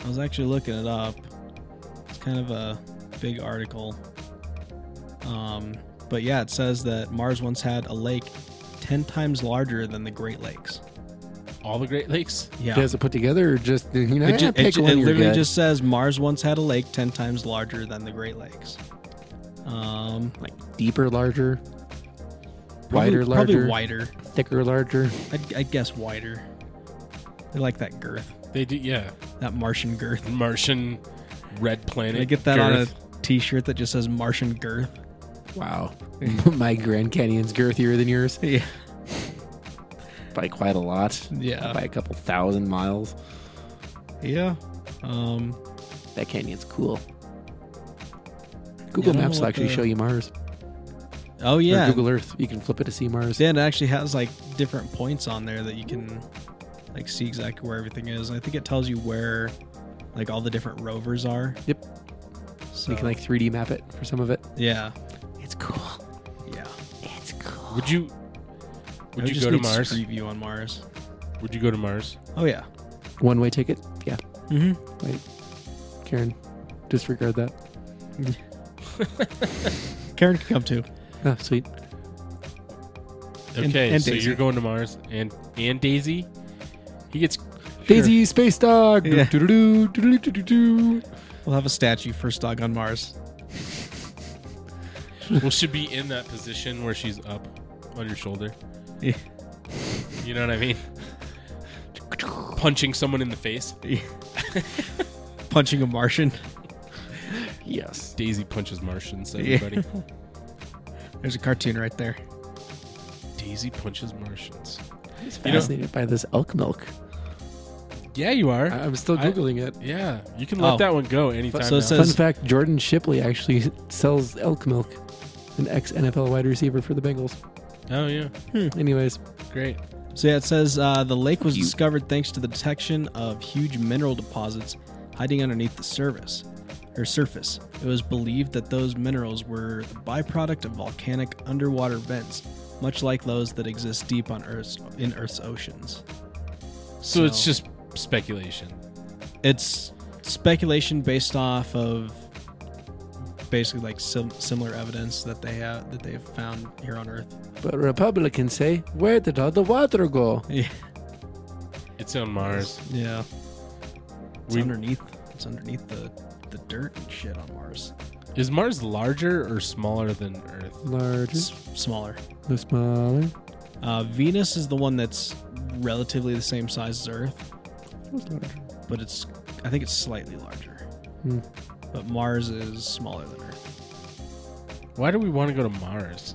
Speaker 1: I was actually looking it up. It's kind of a big article. Um, but yeah, it says that Mars once had a lake ten times larger than the Great Lakes.
Speaker 2: All the Great Lakes.
Speaker 1: Yeah.
Speaker 3: Does it put together or just you know,
Speaker 1: It, ju-
Speaker 3: eh,
Speaker 1: it
Speaker 3: pick
Speaker 1: ju-
Speaker 3: one
Speaker 1: it
Speaker 3: you're
Speaker 1: literally
Speaker 3: good.
Speaker 1: just says Mars once had a lake 10 times larger than the Great Lakes. Um, like
Speaker 3: deeper, larger,
Speaker 1: probably-
Speaker 3: wider,
Speaker 1: Probably
Speaker 3: larger,
Speaker 1: wider.
Speaker 3: thicker, larger.
Speaker 1: I'd, I'd guess wider. They like that girth,
Speaker 2: They do. Yeah.
Speaker 1: that Martian girth.
Speaker 2: Martian red planet.
Speaker 1: Can I get that
Speaker 2: girth.
Speaker 1: on a t shirt that just says Martian girth?
Speaker 3: Wow, my Grand Canyon's girthier than yours
Speaker 1: Yeah.
Speaker 3: by quite a lot, by
Speaker 1: Yeah.
Speaker 3: a couple thousand miles.
Speaker 1: Yeah. Um,
Speaker 3: That canyon's cool. Google
Speaker 1: I don't
Speaker 3: Maps
Speaker 1: know
Speaker 3: will
Speaker 1: what
Speaker 3: actually
Speaker 1: the-
Speaker 3: show you Mars.
Speaker 1: oh,
Speaker 3: Or
Speaker 1: yeah.
Speaker 3: Google Earth, you can flip it to see Mars.
Speaker 1: Dan actually has like different points on there that you can like see exactly where everything is. I think it tells you where like all the different rovers are.
Speaker 3: Yep.
Speaker 1: So
Speaker 3: You can like 3D map it for some of it.
Speaker 1: yeah,
Speaker 3: It's cool.
Speaker 1: yeah.
Speaker 3: It's cool.
Speaker 2: Would you?
Speaker 1: I
Speaker 2: Would you
Speaker 1: just
Speaker 2: go to
Speaker 1: need
Speaker 2: Mars?
Speaker 1: Street view on Mars.
Speaker 2: Would you go to Mars?
Speaker 1: Oh yeah.
Speaker 3: One way ticket? Yeah.
Speaker 1: Mm-hmm.
Speaker 3: Wait, Karen, disregard that.
Speaker 1: Karen can come too.
Speaker 3: Oh, sweet.
Speaker 2: Okay.
Speaker 1: And- and
Speaker 2: so
Speaker 1: Daisy.
Speaker 2: you're going to Mars and and Daisy. He gets
Speaker 3: Daisy, space dog.
Speaker 1: Yeah.
Speaker 3: Doo-doo-doo, doo-doo-doo-doo-doo.
Speaker 1: We'll have a statue first dog on Mars.
Speaker 2: Sure. Well, should be in that position where she's up on your shoulder.
Speaker 1: Yeah.
Speaker 2: You know what I mean? Punching someone in the face.
Speaker 1: Punching a Martian.
Speaker 3: Yes.
Speaker 2: Daisy punches Martians.
Speaker 1: Yeah.
Speaker 2: Everybody.
Speaker 1: There's a cartoon right there.
Speaker 2: Daisy punches Martians.
Speaker 3: I was
Speaker 2: You know-
Speaker 3: fascinated by this elk milk.
Speaker 2: Yeah, you are.
Speaker 3: I- I'm still
Speaker 2: I-
Speaker 3: Googling it.
Speaker 2: yeah, you can let
Speaker 1: Oh.
Speaker 2: that one go anytime.
Speaker 1: So it
Speaker 2: now.
Speaker 1: says-
Speaker 3: Fun fact Jordan Shipley actually sells elk milk, an ex NFL wide receiver for the Bengals.
Speaker 2: oh yeah,
Speaker 3: Anyways,
Speaker 2: great.
Speaker 1: So yeah, it says uh, the lake was
Speaker 3: Huge.
Speaker 1: discovered thanks to the detection of huge mineral deposits hiding underneath the surface or surface. It was believed that those minerals were the byproduct of volcanic underwater vents, much like those that exist deep on Earth's in Earth's oceans.
Speaker 2: So, it's just speculation.
Speaker 1: it's speculation based off of basically like sim- similar evidence that they have that they've found here on Earth.
Speaker 3: but Republicans say, where did all the water go?
Speaker 1: Yeah,
Speaker 2: It's on Mars.
Speaker 1: yeah. It's
Speaker 2: We-
Speaker 1: underneath. It's underneath the the dirt and shit on Mars.
Speaker 2: Is Mars larger or smaller than Earth?
Speaker 3: Larger,
Speaker 1: It's smaller.
Speaker 3: no smaller.
Speaker 1: Uh, Venus is the one that's relatively the same size as Earth,
Speaker 3: What's larger?
Speaker 1: but it's I think it's slightly larger.
Speaker 3: Hmm.
Speaker 1: But Mars is smaller than Earth.
Speaker 2: Why do we want to go to Mars?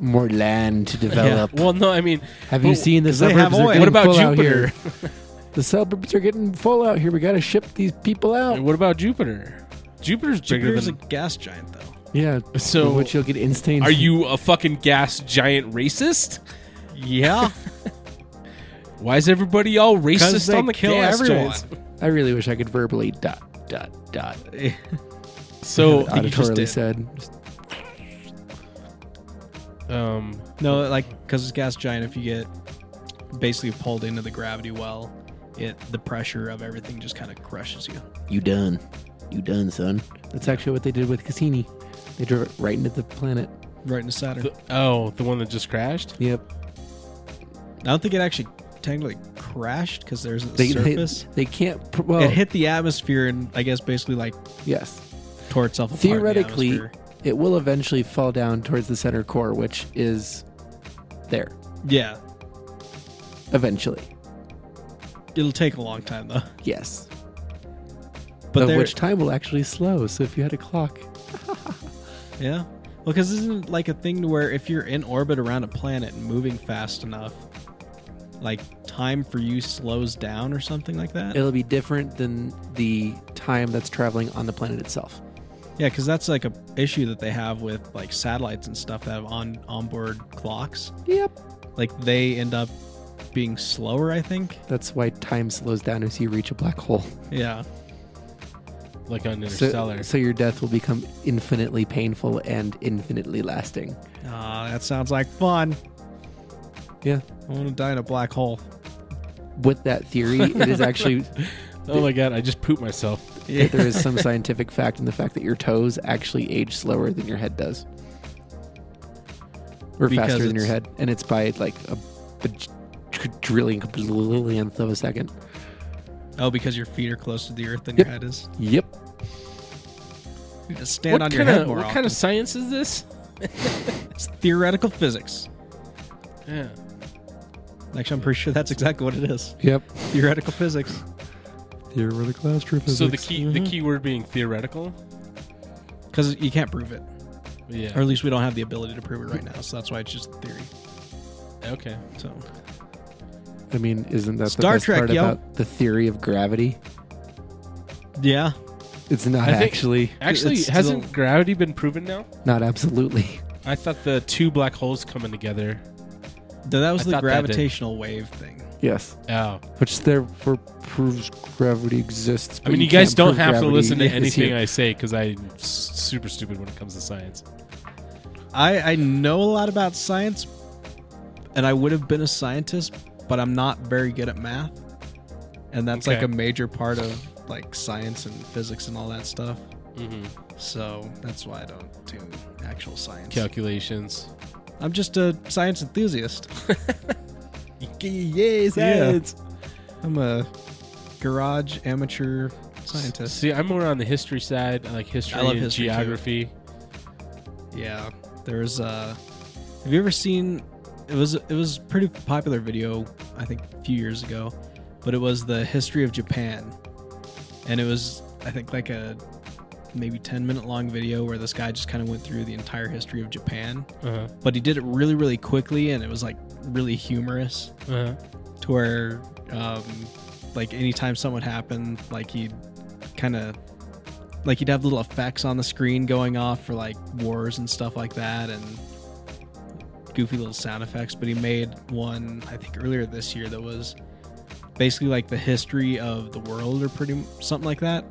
Speaker 3: More land to develop.
Speaker 2: Well, no, I mean,
Speaker 3: Have you
Speaker 2: Well,
Speaker 3: seen the
Speaker 1: 'cause they have
Speaker 3: suburbs? are
Speaker 1: oil.
Speaker 3: getting
Speaker 2: what about
Speaker 3: full out
Speaker 2: Jupiter?
Speaker 3: here. The suburbs are getting full out here. We got to ship these people out.
Speaker 2: what about Jupiter? Jupiter's bigger
Speaker 1: Jupiter's a
Speaker 2: than.
Speaker 1: gas giant, though.
Speaker 3: Yeah.
Speaker 2: So-
Speaker 3: which you'll get instant.
Speaker 2: Are you a fucking gas giant racist?
Speaker 1: Yeah,
Speaker 2: Why is everybody all racist
Speaker 1: they
Speaker 2: on the
Speaker 1: kill
Speaker 2: gas
Speaker 1: everyone.
Speaker 2: giants?
Speaker 3: I really wish I could verbally dot dot dot.
Speaker 2: So,
Speaker 1: I think you just
Speaker 3: auditorily
Speaker 1: did.
Speaker 3: said.
Speaker 2: um,
Speaker 1: No, like because it's gas giant. If you get basically pulled into the gravity well, it the pressure of everything just kind of crushes you.
Speaker 3: You done. You done, son. That's actually what they did with Cassini. They drove it right into the planet.
Speaker 1: Right into Saturn.
Speaker 2: the, oh, the one that just crashed.
Speaker 3: Yep.
Speaker 1: I don't think it actually technically crashed because there's a
Speaker 3: They, Oh. they,
Speaker 1: surface.
Speaker 3: they can't. pr- Well,
Speaker 1: It hit the atmosphere and I guess basically like
Speaker 3: yes.
Speaker 1: tore itself apart. in the
Speaker 3: Theoretically,
Speaker 1: atmosphere.
Speaker 3: it will eventually fall down towards the center core, which is there
Speaker 1: yeah,
Speaker 3: eventually.
Speaker 1: it'll take a long time though.
Speaker 3: Yes.
Speaker 1: But
Speaker 3: of
Speaker 1: there,
Speaker 3: which time will actually slow. So if you had a clock,
Speaker 1: yeah, well, because isn't it like a thing to where if you're in orbit around a planet and moving fast enough, like time for you slows down or something like that.
Speaker 3: it'll be different than the time that's traveling on the planet itself.
Speaker 1: Yeah, because that's like a issue that they have with like satellites and stuff that have on onboard clocks.
Speaker 3: Yep.
Speaker 1: Like they end up being slower, I think.
Speaker 3: That's why time slows down as you reach a black hole.
Speaker 1: Yeah.
Speaker 2: like on
Speaker 3: So,
Speaker 2: Interstellar.
Speaker 3: so your death will become infinitely painful and infinitely lasting.
Speaker 1: Ah, that sounds like fun.
Speaker 3: Yeah.
Speaker 1: I want to die in a black hole.
Speaker 3: With that theory, it is actually
Speaker 2: oh my god, I just pooped myself.
Speaker 1: Yeah.
Speaker 3: there is some scientific fact in the fact that your toes actually age slower than your head does, or
Speaker 1: Because
Speaker 3: faster than your
Speaker 1: it's-
Speaker 3: head, and it's by like a baj- quadrillion billionth of a second.
Speaker 1: Oh, because your feet are close to the earth than your head is.
Speaker 3: Yep.
Speaker 1: Just Stand on your
Speaker 2: kinda-
Speaker 1: head more
Speaker 2: what
Speaker 1: often.
Speaker 2: kind of science is this?
Speaker 1: It's theoretical physics.
Speaker 2: Yeah.
Speaker 1: Actually, I'm pretty sure that's exactly what it is.
Speaker 3: Yep.
Speaker 1: Theoretical physics.
Speaker 3: Theoretical astrophysics.
Speaker 2: So the key the
Speaker 3: Mm-hmm.
Speaker 1: Mhm.
Speaker 2: key word being theoretical.
Speaker 1: Because you can't prove it.
Speaker 2: Yeah.
Speaker 1: Or at least we don't have the ability to prove it right now. So that's why it's just theory.
Speaker 2: okay.
Speaker 1: So
Speaker 3: I mean, isn't that
Speaker 1: Star
Speaker 3: the best
Speaker 1: Trek,
Speaker 3: part
Speaker 1: yo.
Speaker 3: about the theory of gravity?
Speaker 1: Yeah.
Speaker 3: It's not
Speaker 2: I think-
Speaker 3: actually,
Speaker 2: Actually,
Speaker 1: It's
Speaker 2: hasn't
Speaker 1: still-
Speaker 2: gravity been proven now?
Speaker 3: not absolutely.
Speaker 2: I thought the two black holes coming together.
Speaker 1: Th- That was
Speaker 2: I
Speaker 1: the
Speaker 2: thought that did.
Speaker 1: gravitational wave thing.
Speaker 3: Yes,
Speaker 2: Oh.
Speaker 3: which therefore proves gravity exists.
Speaker 2: I
Speaker 3: but
Speaker 2: mean, you,
Speaker 3: can't
Speaker 2: guys don't
Speaker 3: prove
Speaker 2: have to
Speaker 3: gravity
Speaker 2: listen to
Speaker 3: is
Speaker 2: anything
Speaker 3: here.
Speaker 2: I say because I'm s- super stupid when it comes to science.
Speaker 1: I, I know a lot about science, and I would have been a scientist, but I'm not very good at math. And that's like
Speaker 2: Okay.
Speaker 1: a major part of like science and physics and all that stuff.
Speaker 2: Mm-hmm.
Speaker 1: So that's why I don't do actual science.
Speaker 2: Calculations.
Speaker 1: I'm just a science enthusiast.
Speaker 2: Yay,
Speaker 1: science. I'm a garage amateur scientist.
Speaker 2: See, I'm more on the history side. I like history
Speaker 1: love
Speaker 2: and
Speaker 1: history, too.
Speaker 2: geography.
Speaker 1: Yeah. There was uh have you ever seen it was it was a pretty popular video I think a few years ago, but it was the history of Japan. And it was I think like a maybe 10 minute long video where this guy just kind of went through the entire history of Japan,
Speaker 2: Uh-huh.
Speaker 1: but he did it really really quickly and it was like really humorous.
Speaker 2: Uh-huh.
Speaker 1: to where um, like anytime something happened like he'd kind of like he'd have little effects on the screen going off for like wars and stuff like that and goofy little sound effects but he made one i think earlier this year that was basically like the history of the world or pretty m- something like that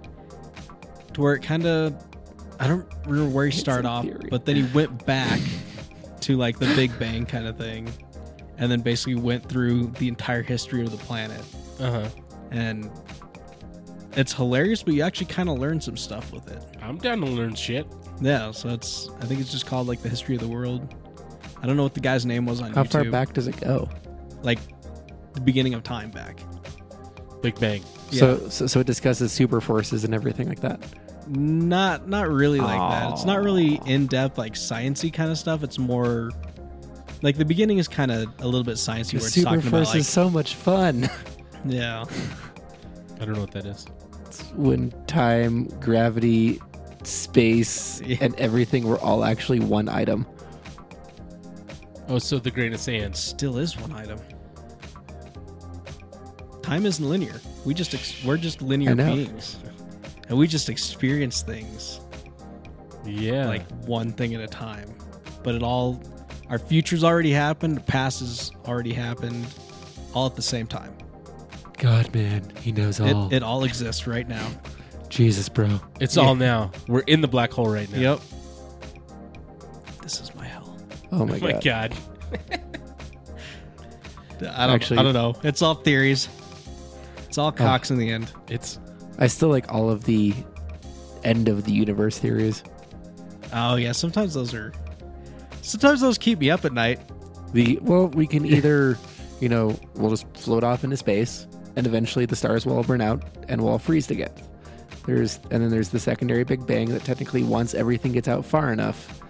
Speaker 1: to where it kind of i don't remember where he
Speaker 3: It's
Speaker 1: started
Speaker 3: a
Speaker 1: off
Speaker 3: theory.
Speaker 1: but then he went back to like the big bang kind of thing and then basically went through the entire history of the planet
Speaker 2: Uh-huh.
Speaker 1: and it's hilarious but you actually kind of learn some stuff with it
Speaker 2: I'm down to learn shit.
Speaker 1: yeah so it's i think it's just called like the history of the world i don't know what the guy's name was on
Speaker 3: How
Speaker 1: youtube
Speaker 3: far back does it go?
Speaker 1: like the beginning of time back
Speaker 2: Big Bang.
Speaker 1: Yeah.
Speaker 3: So, so, so it discusses super forces and everything like that.
Speaker 1: not not really like that it's not really in-depth like sciency kind of stuff it's more like the beginning is kind of a little bit sciencey where it's
Speaker 3: super
Speaker 1: talking about
Speaker 3: force
Speaker 1: like
Speaker 3: is so much fun.
Speaker 1: yeah
Speaker 2: I don't know what that is.
Speaker 3: It's when time, gravity, space,
Speaker 1: Yeah.
Speaker 3: and everything were all actually one item.
Speaker 2: Oh, so the grain of sand.
Speaker 1: still is one item. Time isn't linear. We just ex- we're just linear
Speaker 3: I know.
Speaker 1: beings, and we just experience things
Speaker 2: Yeah.
Speaker 1: like one thing at a time. But it all, our future's already happened, the past has already happened, all at the same time.
Speaker 3: God, man, he knows
Speaker 1: It, it all exists right now.
Speaker 3: Jesus, bro.
Speaker 2: it's all now. We're in the black hole right now.
Speaker 1: Yep. This is my hell.
Speaker 3: Oh
Speaker 2: Oh
Speaker 3: my
Speaker 2: my
Speaker 3: god.
Speaker 2: god.
Speaker 1: I don't.
Speaker 3: Actually- Oh.
Speaker 1: I don't know. It's all theories. It's all cocks in the end.
Speaker 2: It's
Speaker 3: I still like all of the end of the universe theories.
Speaker 1: Oh yeah. Sometimes those are. Sometimes those keep me up at night.
Speaker 3: The well, we can either, you know, we'll just float off into space, and eventually the stars will all burn out and we'll all freeze to death. There's and then there's the secondary Big Bang that technically once everything gets out far enough,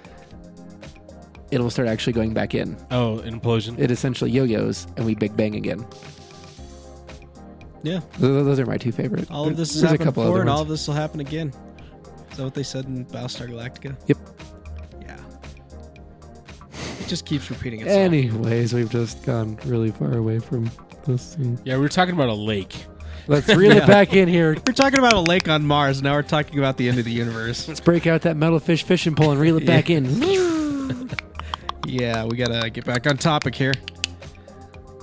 Speaker 3: it'll start actually going back in.
Speaker 2: oh, an implosion.
Speaker 3: It essentially yo-yos, and we Big Bang again.
Speaker 1: Yeah.
Speaker 3: Th- th- Those are my two favorite.
Speaker 1: All of this has
Speaker 3: There's a
Speaker 1: happened
Speaker 3: couple
Speaker 1: before,
Speaker 3: other
Speaker 1: and all
Speaker 3: ones.
Speaker 1: of this will happen again. Is that what they said in Battlestar Galactica?
Speaker 3: Yep.
Speaker 1: Yeah. It just keeps repeating itself.
Speaker 3: Anyways, we've just gone really far away from this.
Speaker 2: yeah, we were talking about a lake.
Speaker 3: Let's reel
Speaker 1: Yeah.
Speaker 3: it back in here.
Speaker 1: We're talking about a lake on Mars. Now we're talking about the end of the universe.
Speaker 3: Let's break out that metal fish fishing pole and reel it back in.
Speaker 1: Yeah, we gotta get back on topic here.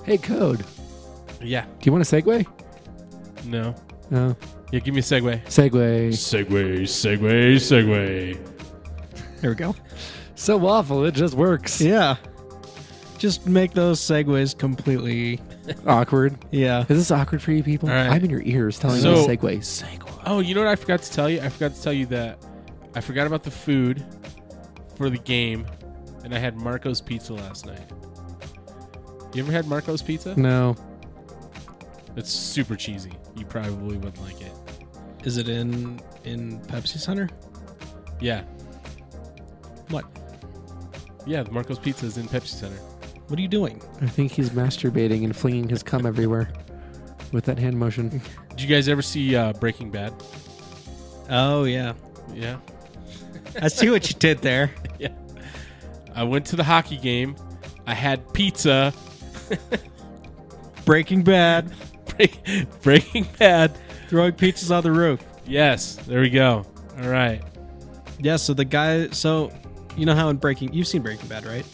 Speaker 3: hey, Code, do
Speaker 2: Yeah.
Speaker 3: you want a segue?
Speaker 2: No.
Speaker 3: No.
Speaker 2: Yeah, give me a segue.
Speaker 3: Segue.
Speaker 2: Segway, segway, segway.
Speaker 1: There we go.
Speaker 3: So awful, it just works.
Speaker 1: Yeah. Just make those segues completely.
Speaker 3: Awkward.
Speaker 1: Yeah.
Speaker 3: Is this awkward for you people?
Speaker 2: All right.
Speaker 3: I'm in your ears telling
Speaker 2: So-
Speaker 3: you to segue. Segue.
Speaker 2: Oh, you know what I forgot to tell you? I forgot to tell you that I forgot about the food for the game, and I had Marco's Pizza last night. You ever had Marco's Pizza?
Speaker 3: No.
Speaker 2: It's super cheesy. You probably wouldn't like it.
Speaker 1: Is it in in Pepsi Center?
Speaker 2: Yeah,
Speaker 1: What?
Speaker 2: yeah. The Marco's Pizza is in Pepsi Center.
Speaker 1: What are you doing?
Speaker 3: I think he's masturbating and flinging his cum everywhere with that hand motion.
Speaker 2: Did you guys ever see uh, Breaking Bad?
Speaker 1: Oh yeah.
Speaker 2: Yeah.
Speaker 1: I see what you did there.
Speaker 2: I went to the hockey game. I had pizza.
Speaker 1: Breaking Bad,
Speaker 2: Break, breaking Bad.
Speaker 1: throwing pizzas on the roof.
Speaker 2: Yes. There we go. All right.
Speaker 1: Yeah. So the guy. So you know how in Breaking, you've seen Breaking Bad, right?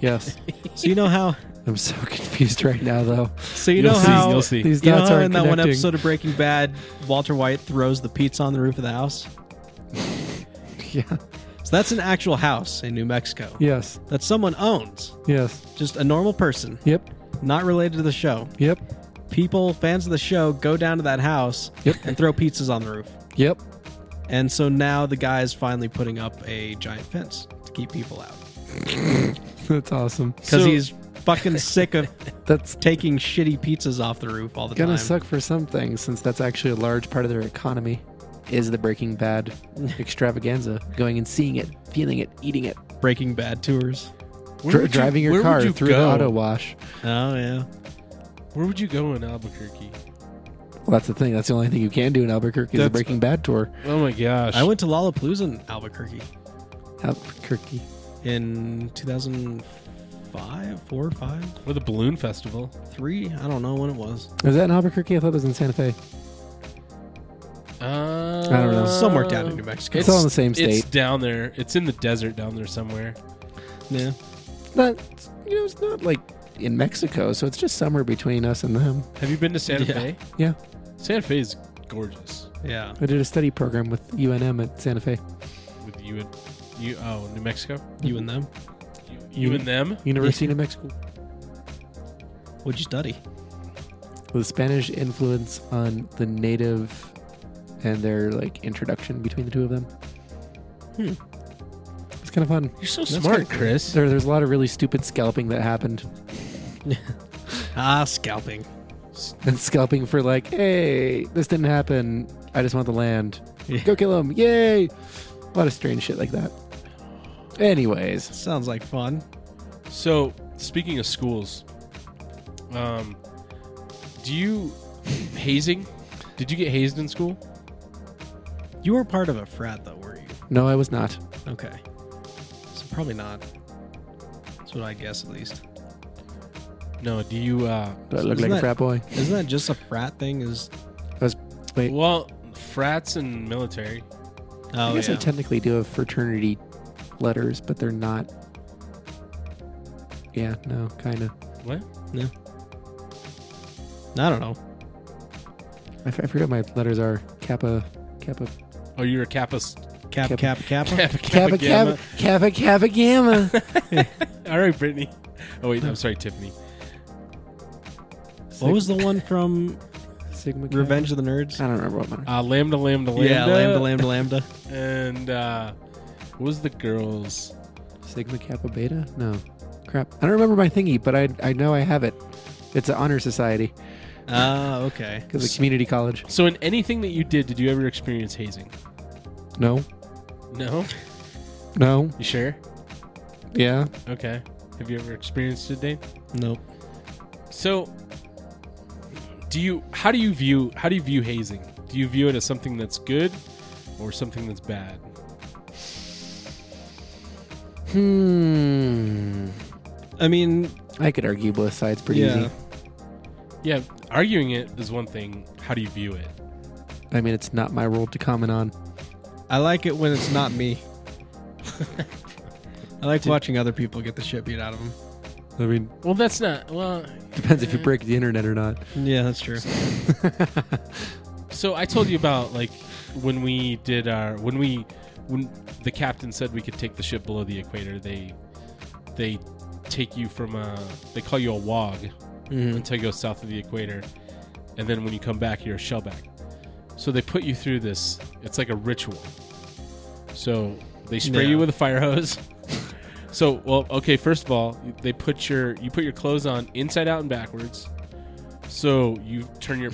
Speaker 3: Yes.
Speaker 1: So you know how.
Speaker 3: I'm so confused right now, though.
Speaker 1: So you
Speaker 2: You'll
Speaker 1: know
Speaker 2: see,
Speaker 1: how.
Speaker 2: you'll see.
Speaker 3: These
Speaker 1: You know
Speaker 3: dots
Speaker 1: how
Speaker 3: are
Speaker 1: in that one
Speaker 3: connecting.
Speaker 1: episode of Breaking Bad, Walter White throws the pizza on the roof of the house.
Speaker 3: Yeah.
Speaker 1: So that's an actual house in New Mexico
Speaker 3: Yes.
Speaker 1: that someone owns.
Speaker 3: Yes.
Speaker 1: Just a normal person,
Speaker 3: Yep.
Speaker 1: not related to the show.
Speaker 3: Yep.
Speaker 1: People, fans of the show, go down to that house
Speaker 3: Yep.
Speaker 1: and throw pizzas on the roof.
Speaker 3: Yep.
Speaker 1: And so now the guy is finally putting up a giant fence to keep people out
Speaker 3: That's awesome.
Speaker 1: because
Speaker 2: So-
Speaker 1: he's fucking sick of
Speaker 3: That's
Speaker 1: taking shitty pizzas off the roof all the
Speaker 3: gonna
Speaker 1: time.
Speaker 3: suck for some things since that's actually a large part of their economy. Is the Breaking Bad extravaganza going and seeing it, feeling it, eating it,
Speaker 1: Breaking Bad tours.
Speaker 3: dri-
Speaker 2: Where would you-
Speaker 3: driving your
Speaker 2: where would
Speaker 3: car
Speaker 2: you
Speaker 3: through the
Speaker 2: go?
Speaker 3: auto wash?
Speaker 1: Oh yeah,
Speaker 2: Where would you go in Albuquerque?
Speaker 3: Well, that's the thing. That's the only thing you can do in Albuquerque is the
Speaker 1: That's-
Speaker 3: Breaking Bad tour.
Speaker 2: Oh my gosh.
Speaker 1: I went to Lollapalooza in Albuquerque
Speaker 3: Albuquerque.
Speaker 1: in 2005, four, five,
Speaker 2: Or the balloon festival.
Speaker 1: three. I don't know when it was.
Speaker 3: Is that in Albuquerque? I thought it was in Santa Fe.
Speaker 2: Uh,
Speaker 3: don't know.
Speaker 1: Somewhere down in New Mexico.
Speaker 3: It's all in the same
Speaker 2: It's
Speaker 3: state.
Speaker 2: down there. It's in the desert down there somewhere.
Speaker 1: Yeah.
Speaker 3: Not, you know, it's not like in Mexico, so it's just somewhere between us and them.
Speaker 2: Have you been to Santa
Speaker 1: Yeah.
Speaker 2: Fe?
Speaker 3: Yeah,
Speaker 2: Santa Fe is gorgeous.
Speaker 1: Yeah.
Speaker 3: I did a study program with UNM at Santa Fe,
Speaker 2: With you and you. Oh, New Mexico.
Speaker 1: You and them.
Speaker 2: You,
Speaker 3: Mm-hmm.
Speaker 2: you and them.
Speaker 3: University of New Mexico.
Speaker 1: What'd you study?
Speaker 3: The Spanish influence on the native and their like introduction between the two of them.
Speaker 1: Hmm.
Speaker 3: It's kind of fun.
Speaker 2: You're so
Speaker 1: That's
Speaker 2: smart,
Speaker 1: kinda cool.
Speaker 2: Chris.
Speaker 3: There, there's a lot of really stupid scalping that happened,
Speaker 1: Ah, scalping.
Speaker 3: and scalping for like, hey, this didn't happen. I just want the land.
Speaker 1: Yeah.
Speaker 3: Go kill him! Yay! A lot of strange shit like that. Anyways,
Speaker 1: Sounds like fun.
Speaker 2: So, speaking of schools, um, do you hazing? Did you get hazed in school?
Speaker 1: You were part of a frat, though, were you?
Speaker 3: no, I was not.
Speaker 1: Okay. So probably not. That's what I guess, at least.
Speaker 2: No. Do you? Uh,
Speaker 3: Do I look
Speaker 1: Isn't
Speaker 3: like a
Speaker 1: that-
Speaker 3: frat boy?
Speaker 1: Isn't that just a frat thing? Is
Speaker 3: I was. Wait,
Speaker 2: well, frats and military.
Speaker 1: oh
Speaker 3: I guess
Speaker 1: yeah.
Speaker 3: I technically do have fraternity letters, but they're not. Yeah, no, kind of.
Speaker 2: What?
Speaker 1: I don't know.
Speaker 3: I, f- I forget what my letters are. Kappa, Kappa,
Speaker 2: Oh, you're a Kappa.
Speaker 1: Cap, cap, kappa.
Speaker 3: Kappa,
Speaker 2: Kappa, Kappa, Gamma.
Speaker 3: Kappa, Kappa, Kappa Gamma.
Speaker 2: All right, Brittany. Oh wait, I'm sorry, Tiffany.
Speaker 1: What was the one from
Speaker 3: Sigma Kappa?
Speaker 1: Revenge of the Nerds?
Speaker 3: I don't remember what mine.
Speaker 2: Uh, lambda, lambda, lambda.
Speaker 1: Yeah, lambda, lambda, lambda.
Speaker 2: And uh, what was the girls?
Speaker 3: Sigma Kappa Beta? No, crap. I don't remember my thingy, but I I know I have it. It's an honor society
Speaker 1: Ah, okay.
Speaker 3: because it's a community college.
Speaker 2: So in anything that you did, did you ever experience hazing?
Speaker 3: No,
Speaker 2: No.
Speaker 3: no,
Speaker 2: You sure?
Speaker 3: yeah,
Speaker 2: Okay. Have you ever experienced it, Dave?
Speaker 1: Nope.
Speaker 2: So, do you? How do you view? How do you view hazing? Do you view it as something that's good, or something that's bad?
Speaker 3: Hmm.
Speaker 1: I mean,
Speaker 3: I could argue both sides pretty
Speaker 1: yeah.
Speaker 3: easy.
Speaker 2: Yeah, arguing it is one thing. how do you view it?
Speaker 3: I mean, it's not my role to comment on.
Speaker 1: I like it when it's not me. I like watching other people get the shit beat out of them.
Speaker 3: I mean,
Speaker 2: Well, that's not well.
Speaker 3: depends if you break the internet or not.
Speaker 1: Yeah, that's true.
Speaker 2: So I told you about like when we did our when we when the captain said we could take the ship below the equator. They they take you from a they call you a wog until you go south of the equator, and then when you come back, you're a shellback. So they put you through this. It's like a ritual. So they spray
Speaker 1: No.
Speaker 2: you with a fire hose. so well, okay. First of all, they put your you put your clothes on inside out and backwards. So you turn your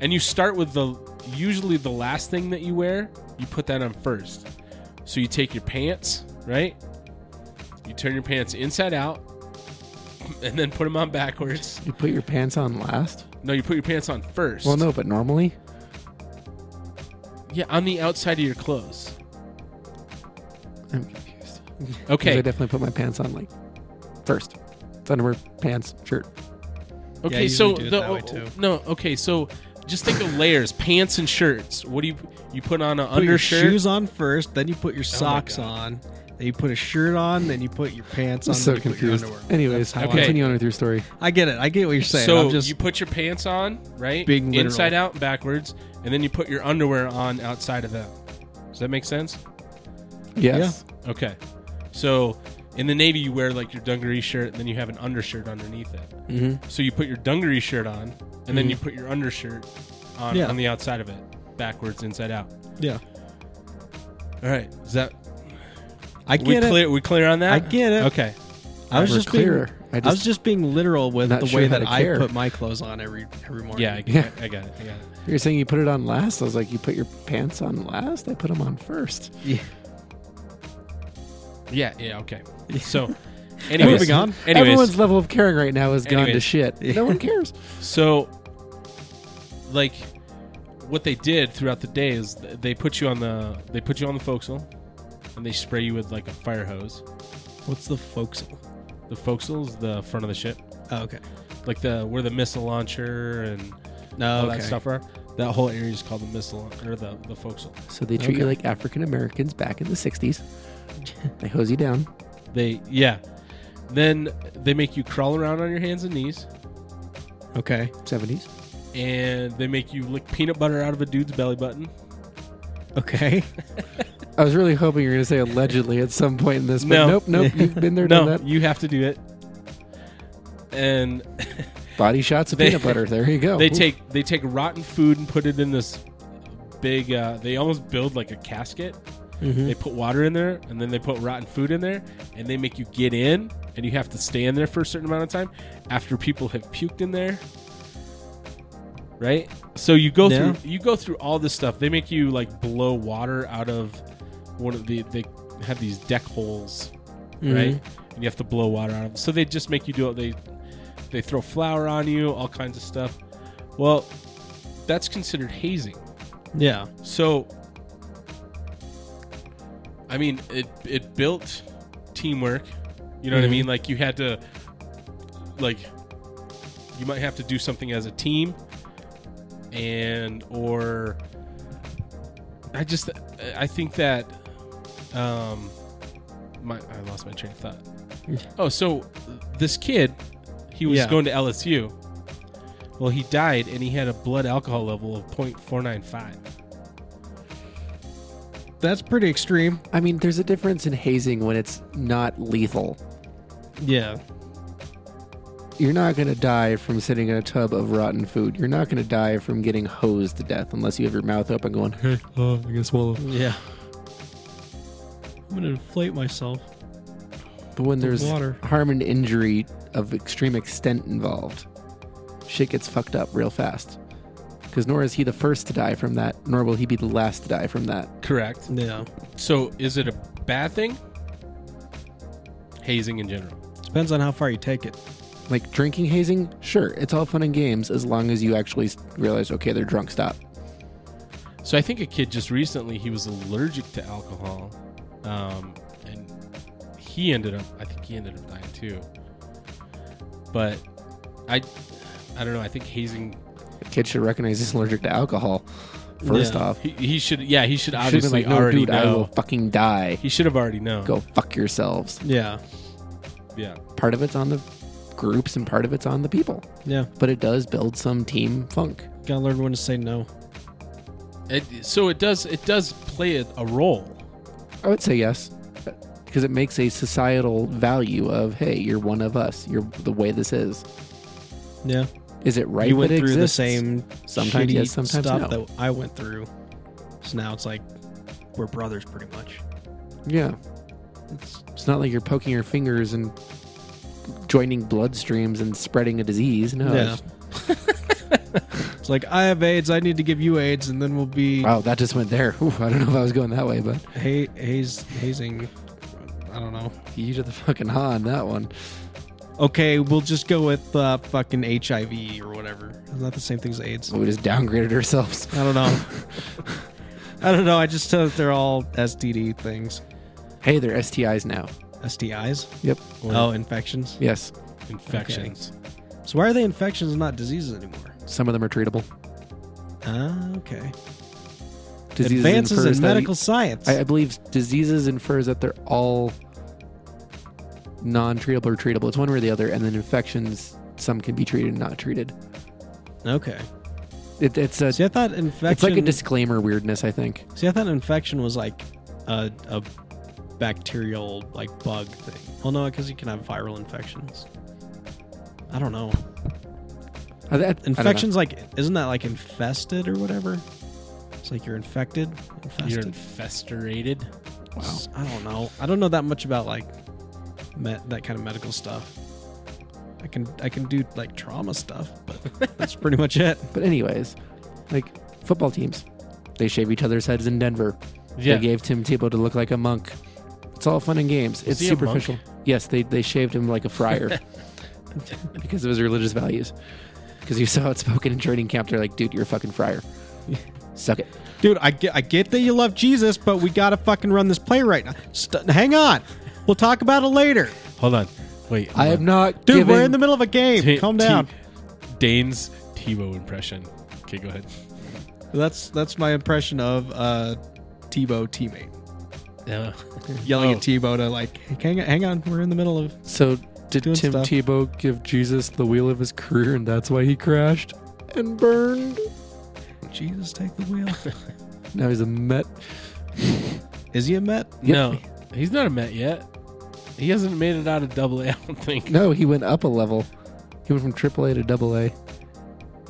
Speaker 2: and you start with the usually the last thing that you wear. You put that on first. So you take your pants, right? You turn your pants inside out, and then put them on backwards.
Speaker 3: You put your pants on last?
Speaker 2: No, you put your pants on first.
Speaker 3: Well, no, but normally.
Speaker 2: Yeah, on the outside of your clothes.
Speaker 3: I'm confused. 'Cause I
Speaker 2: Okay.
Speaker 3: definitely put my pants on like first. It's underwear, pants, shirt.
Speaker 2: Okay.
Speaker 1: I
Speaker 2: so
Speaker 1: usually do it
Speaker 2: the
Speaker 1: that way, too.
Speaker 2: no. Okay. So just think of layers: pants and shirts. What do you you put on an
Speaker 1: Put your
Speaker 2: undershirt?
Speaker 1: shoes on first, then you put your socks
Speaker 2: God.
Speaker 1: on, then you put a shirt on, then you put your pants on.
Speaker 3: I'm so
Speaker 1: then you put your
Speaker 3: confused.
Speaker 1: underwear on. That's
Speaker 3: Anyways,
Speaker 1: how I-
Speaker 2: Okay.
Speaker 3: continue on with your story.
Speaker 1: I get it. I get what you're saying.
Speaker 2: So
Speaker 1: I'm just
Speaker 2: you put your pants on right,
Speaker 1: being literal.
Speaker 2: inside out, and backwards, and then you put your underwear on outside of that. Does that make sense?
Speaker 3: Yes.
Speaker 2: Okay. So in the Navy, you wear like your dungaree shirt, and then you have an undershirt underneath it.
Speaker 3: Mm-hmm.
Speaker 2: So you put your dungaree shirt on, and then you put your undershirt on,
Speaker 1: Mm-hmm. Yeah.
Speaker 2: on the outside of it, backwards, inside out.
Speaker 1: yeah.
Speaker 2: All right. Is that
Speaker 1: I
Speaker 2: we
Speaker 1: get it.
Speaker 2: clear? We clear on that?
Speaker 1: I get it.
Speaker 2: Okay.
Speaker 1: I was
Speaker 3: We're
Speaker 1: just
Speaker 3: clearer.
Speaker 1: being.
Speaker 3: I
Speaker 1: I,
Speaker 3: just-
Speaker 1: was just being literal with
Speaker 3: Not
Speaker 1: the
Speaker 3: sure
Speaker 1: way
Speaker 3: how
Speaker 1: that
Speaker 3: to
Speaker 1: I
Speaker 3: care.
Speaker 1: put my clothes on every every morning.
Speaker 2: Yeah, I, get
Speaker 3: Yeah.
Speaker 2: It. I got it. I got it.
Speaker 3: You're saying you put it on last? I was like, you put your pants on last? I put them on first.
Speaker 1: yeah.
Speaker 2: Yeah, yeah, okay. So, anyways,
Speaker 1: Moving on.
Speaker 2: Anyways,
Speaker 3: Everyone's level of caring right now has gone to
Speaker 2: Anyways.
Speaker 3: shit. No one cares.
Speaker 2: so like what they did throughout the day is th- they put you on the they put you on the forecastle and they spray you with like a fire hose.
Speaker 1: What's the forecastle?
Speaker 2: The forecastle is the front of the ship,
Speaker 1: Oh, okay.
Speaker 2: like the where the missile launcher and
Speaker 1: No,
Speaker 2: all
Speaker 1: okay.
Speaker 2: that stuff are. That whole area is called the missile or the the forecastle.
Speaker 3: So they treat you
Speaker 1: Okay.
Speaker 3: like African Americans back in the 60s. They hose you down.
Speaker 2: They yeah. Then they make you crawl around on your hands and knees,
Speaker 1: Okay.
Speaker 3: 70s.
Speaker 2: and they make you lick peanut butter out of a dude's belly button.
Speaker 1: Okay.
Speaker 3: I was really hoping you were going to say allegedly at some point in this, but
Speaker 2: No.
Speaker 3: nope, nope. You've been there,
Speaker 2: No,
Speaker 3: done that.
Speaker 2: you have to do it. And
Speaker 3: Body shots of
Speaker 2: They-
Speaker 3: peanut butter. There you go.
Speaker 2: they
Speaker 3: Ooh.
Speaker 2: take they take rotten food and put it in this big. Uh, they almost build like a casket. They put water in there, and then they put rotten food in there, and they make you get in, and you have to stay in there for a certain amount of time after people have puked in there. Right, so you go
Speaker 1: Yeah.
Speaker 2: through you go through all this stuff. They make you like blow water out of one of the they have these deck holes right? And you have to blow water on them. So they just make you do it. They they throw flour on you, all kinds of stuff. Well, that's considered hazing.
Speaker 1: Yeah.
Speaker 2: So, I mean, it it built teamwork. You know what I
Speaker 3: Mhm.
Speaker 2: mean? Like you had to, like, you might have to do something as a team, and or I just I think that um my I lost my train of thought. Oh, so this kid, he was
Speaker 1: Yeah.
Speaker 2: going to LSU. Well, he died and he had a blood alcohol level of 0.495.
Speaker 1: That's pretty extreme.
Speaker 3: I mean, there's a difference in hazing when it's not lethal.
Speaker 1: Yeah.
Speaker 3: You're not going to die from sitting in a tub of rotten food. You're not going to die from getting hosed to death unless you have your mouth open going, oh, I'm going to swallow.
Speaker 1: Yeah. I'm gonna inflate myself.
Speaker 3: But when there's
Speaker 1: water.
Speaker 3: harm and injury of extreme extent involved, shit gets fucked up real fast. Because nor is he the first to die from that, nor will he be the last to die from that.
Speaker 2: Correct.
Speaker 1: Yeah.
Speaker 2: So, is it a bad thing? Hazing in general.
Speaker 1: Depends on how far you take it.
Speaker 3: Like drinking hazing, sure, it's all fun and games as long as you actually s- realize, okay, they're drunk, stop.
Speaker 2: So, I think a kid just recently he was allergic to alcohol, um, and he ended up. I think he ended up dying too. But I, I don't know. I think hazing
Speaker 3: The kid should recognize he's allergic to alcohol. First
Speaker 1: Yeah.
Speaker 3: off,
Speaker 2: He, he should. Yeah, he
Speaker 3: Should've
Speaker 2: should
Speaker 3: been
Speaker 2: obviously
Speaker 3: like, no,
Speaker 2: already
Speaker 3: dude, I
Speaker 2: know.
Speaker 3: will fucking die.
Speaker 2: He should have already known.
Speaker 3: Go fuck yourselves.
Speaker 1: Yeah.
Speaker 2: Yeah.
Speaker 3: Part of it's on the groups and part of it's on the people,
Speaker 1: Yeah.
Speaker 3: but it does build some team funk.
Speaker 1: Gotta learn when to say no.
Speaker 2: It, so it does. It does play a, a role.
Speaker 3: I would say yes, because it makes a societal value of hey, you're one of us. You're the way this is.
Speaker 1: Yeah.
Speaker 3: Is it right?
Speaker 1: you went
Speaker 3: that it
Speaker 1: through the
Speaker 3: exists?
Speaker 1: same
Speaker 3: Sometimes
Speaker 1: shitty
Speaker 3: yes, sometimes
Speaker 1: stuff
Speaker 3: no.
Speaker 1: that I went through. So now it's like we're brothers pretty much.
Speaker 3: Yeah,
Speaker 1: It's,
Speaker 3: it's not like you're poking your fingers and joining bloodstreams and spreading a disease. No.
Speaker 1: Yeah. Oh, it's like I have AIDS, I need to give you AIDS, and then we'll be
Speaker 3: Wow, that just went there. Ooh, I don't know if I was going that way, but
Speaker 1: ha- haze- hazing. I don't know.
Speaker 3: you did the fucking ha on that one.
Speaker 1: Okay, we'll just go with uh, fucking HIV or whatever. Isn't that the same thing as AIDS?
Speaker 3: We just downgraded ourselves.
Speaker 1: I don't know. I don't know. I just know that they're all STD things.
Speaker 3: Hey, they're STIs now.
Speaker 1: STIs?
Speaker 3: Yep.
Speaker 1: Oh, infections.
Speaker 3: Yes.
Speaker 2: Infections.
Speaker 1: So why are they infections and not diseases anymore?
Speaker 3: Some of them are treatable.
Speaker 1: Ah, okay.
Speaker 3: Diseases
Speaker 1: Advances
Speaker 3: infers
Speaker 1: in
Speaker 3: that e-
Speaker 1: medical science.
Speaker 3: I, I believe diseases infers that they're all non-treatable or treatable. It's one way or the other, and then infections, some can be treated and not treated.
Speaker 1: okay.
Speaker 3: It, it's a
Speaker 1: See, I thought infection.
Speaker 3: it's like a disclaimer weirdness. I think
Speaker 1: See, I thought infection was like a, a bacterial like bug thing. Well, no, because you can have viral infections. I don't know.
Speaker 3: I- I- I don't know.
Speaker 1: Infections like isn't that like infested or whatever? It's like you're infected,
Speaker 2: You're
Speaker 1: infested.
Speaker 2: infestated.
Speaker 3: Wow.
Speaker 1: S- I don't know. I don't know that much about like me- that kind of medical stuff. I can I can do like trauma stuff, but that's pretty much it.
Speaker 3: But anyways, like football teams, they shave each other's heads in Denver.
Speaker 2: Yeah.
Speaker 3: They gave Tim Tebow to look like a monk. It's all fun and games. It's
Speaker 2: he a monk?
Speaker 3: superficial. Yes, they they shaved him like a friar because of his religious values. Because he was so outspoken in training camp, they're like, "Dude, you're a fucking friar. Suck it."
Speaker 1: Dude, I get, I get that you love Jesus, but we gotta fucking run this play right now. St- hang on, we'll talk about it later.
Speaker 2: Hold on. Wait.
Speaker 3: I am not.
Speaker 1: Dude, we're
Speaker 3: giving-
Speaker 1: in the middle of a game.
Speaker 2: T-
Speaker 1: Calm
Speaker 2: T-
Speaker 1: down.
Speaker 2: Dane's Tebow impression. Okay, go ahead.
Speaker 1: that's that's my impression of uh, Tebow teammate yelling
Speaker 2: Oh.
Speaker 1: at Tebow to like, "Hey, hang on, hang on, we're in the middle of.
Speaker 3: So did
Speaker 1: Doing
Speaker 3: Tim
Speaker 1: stuff.
Speaker 3: Tebow give Jesus the wheel of his career, and that's why he crashed and burned?
Speaker 1: Jesus, take the wheel.
Speaker 3: Now he's a Met.
Speaker 1: Is he a Met?
Speaker 2: No, he's not a Met yet. He hasn't made it out of Double A. I don't think.
Speaker 3: No, he went up a level. He went from AAA to Double A.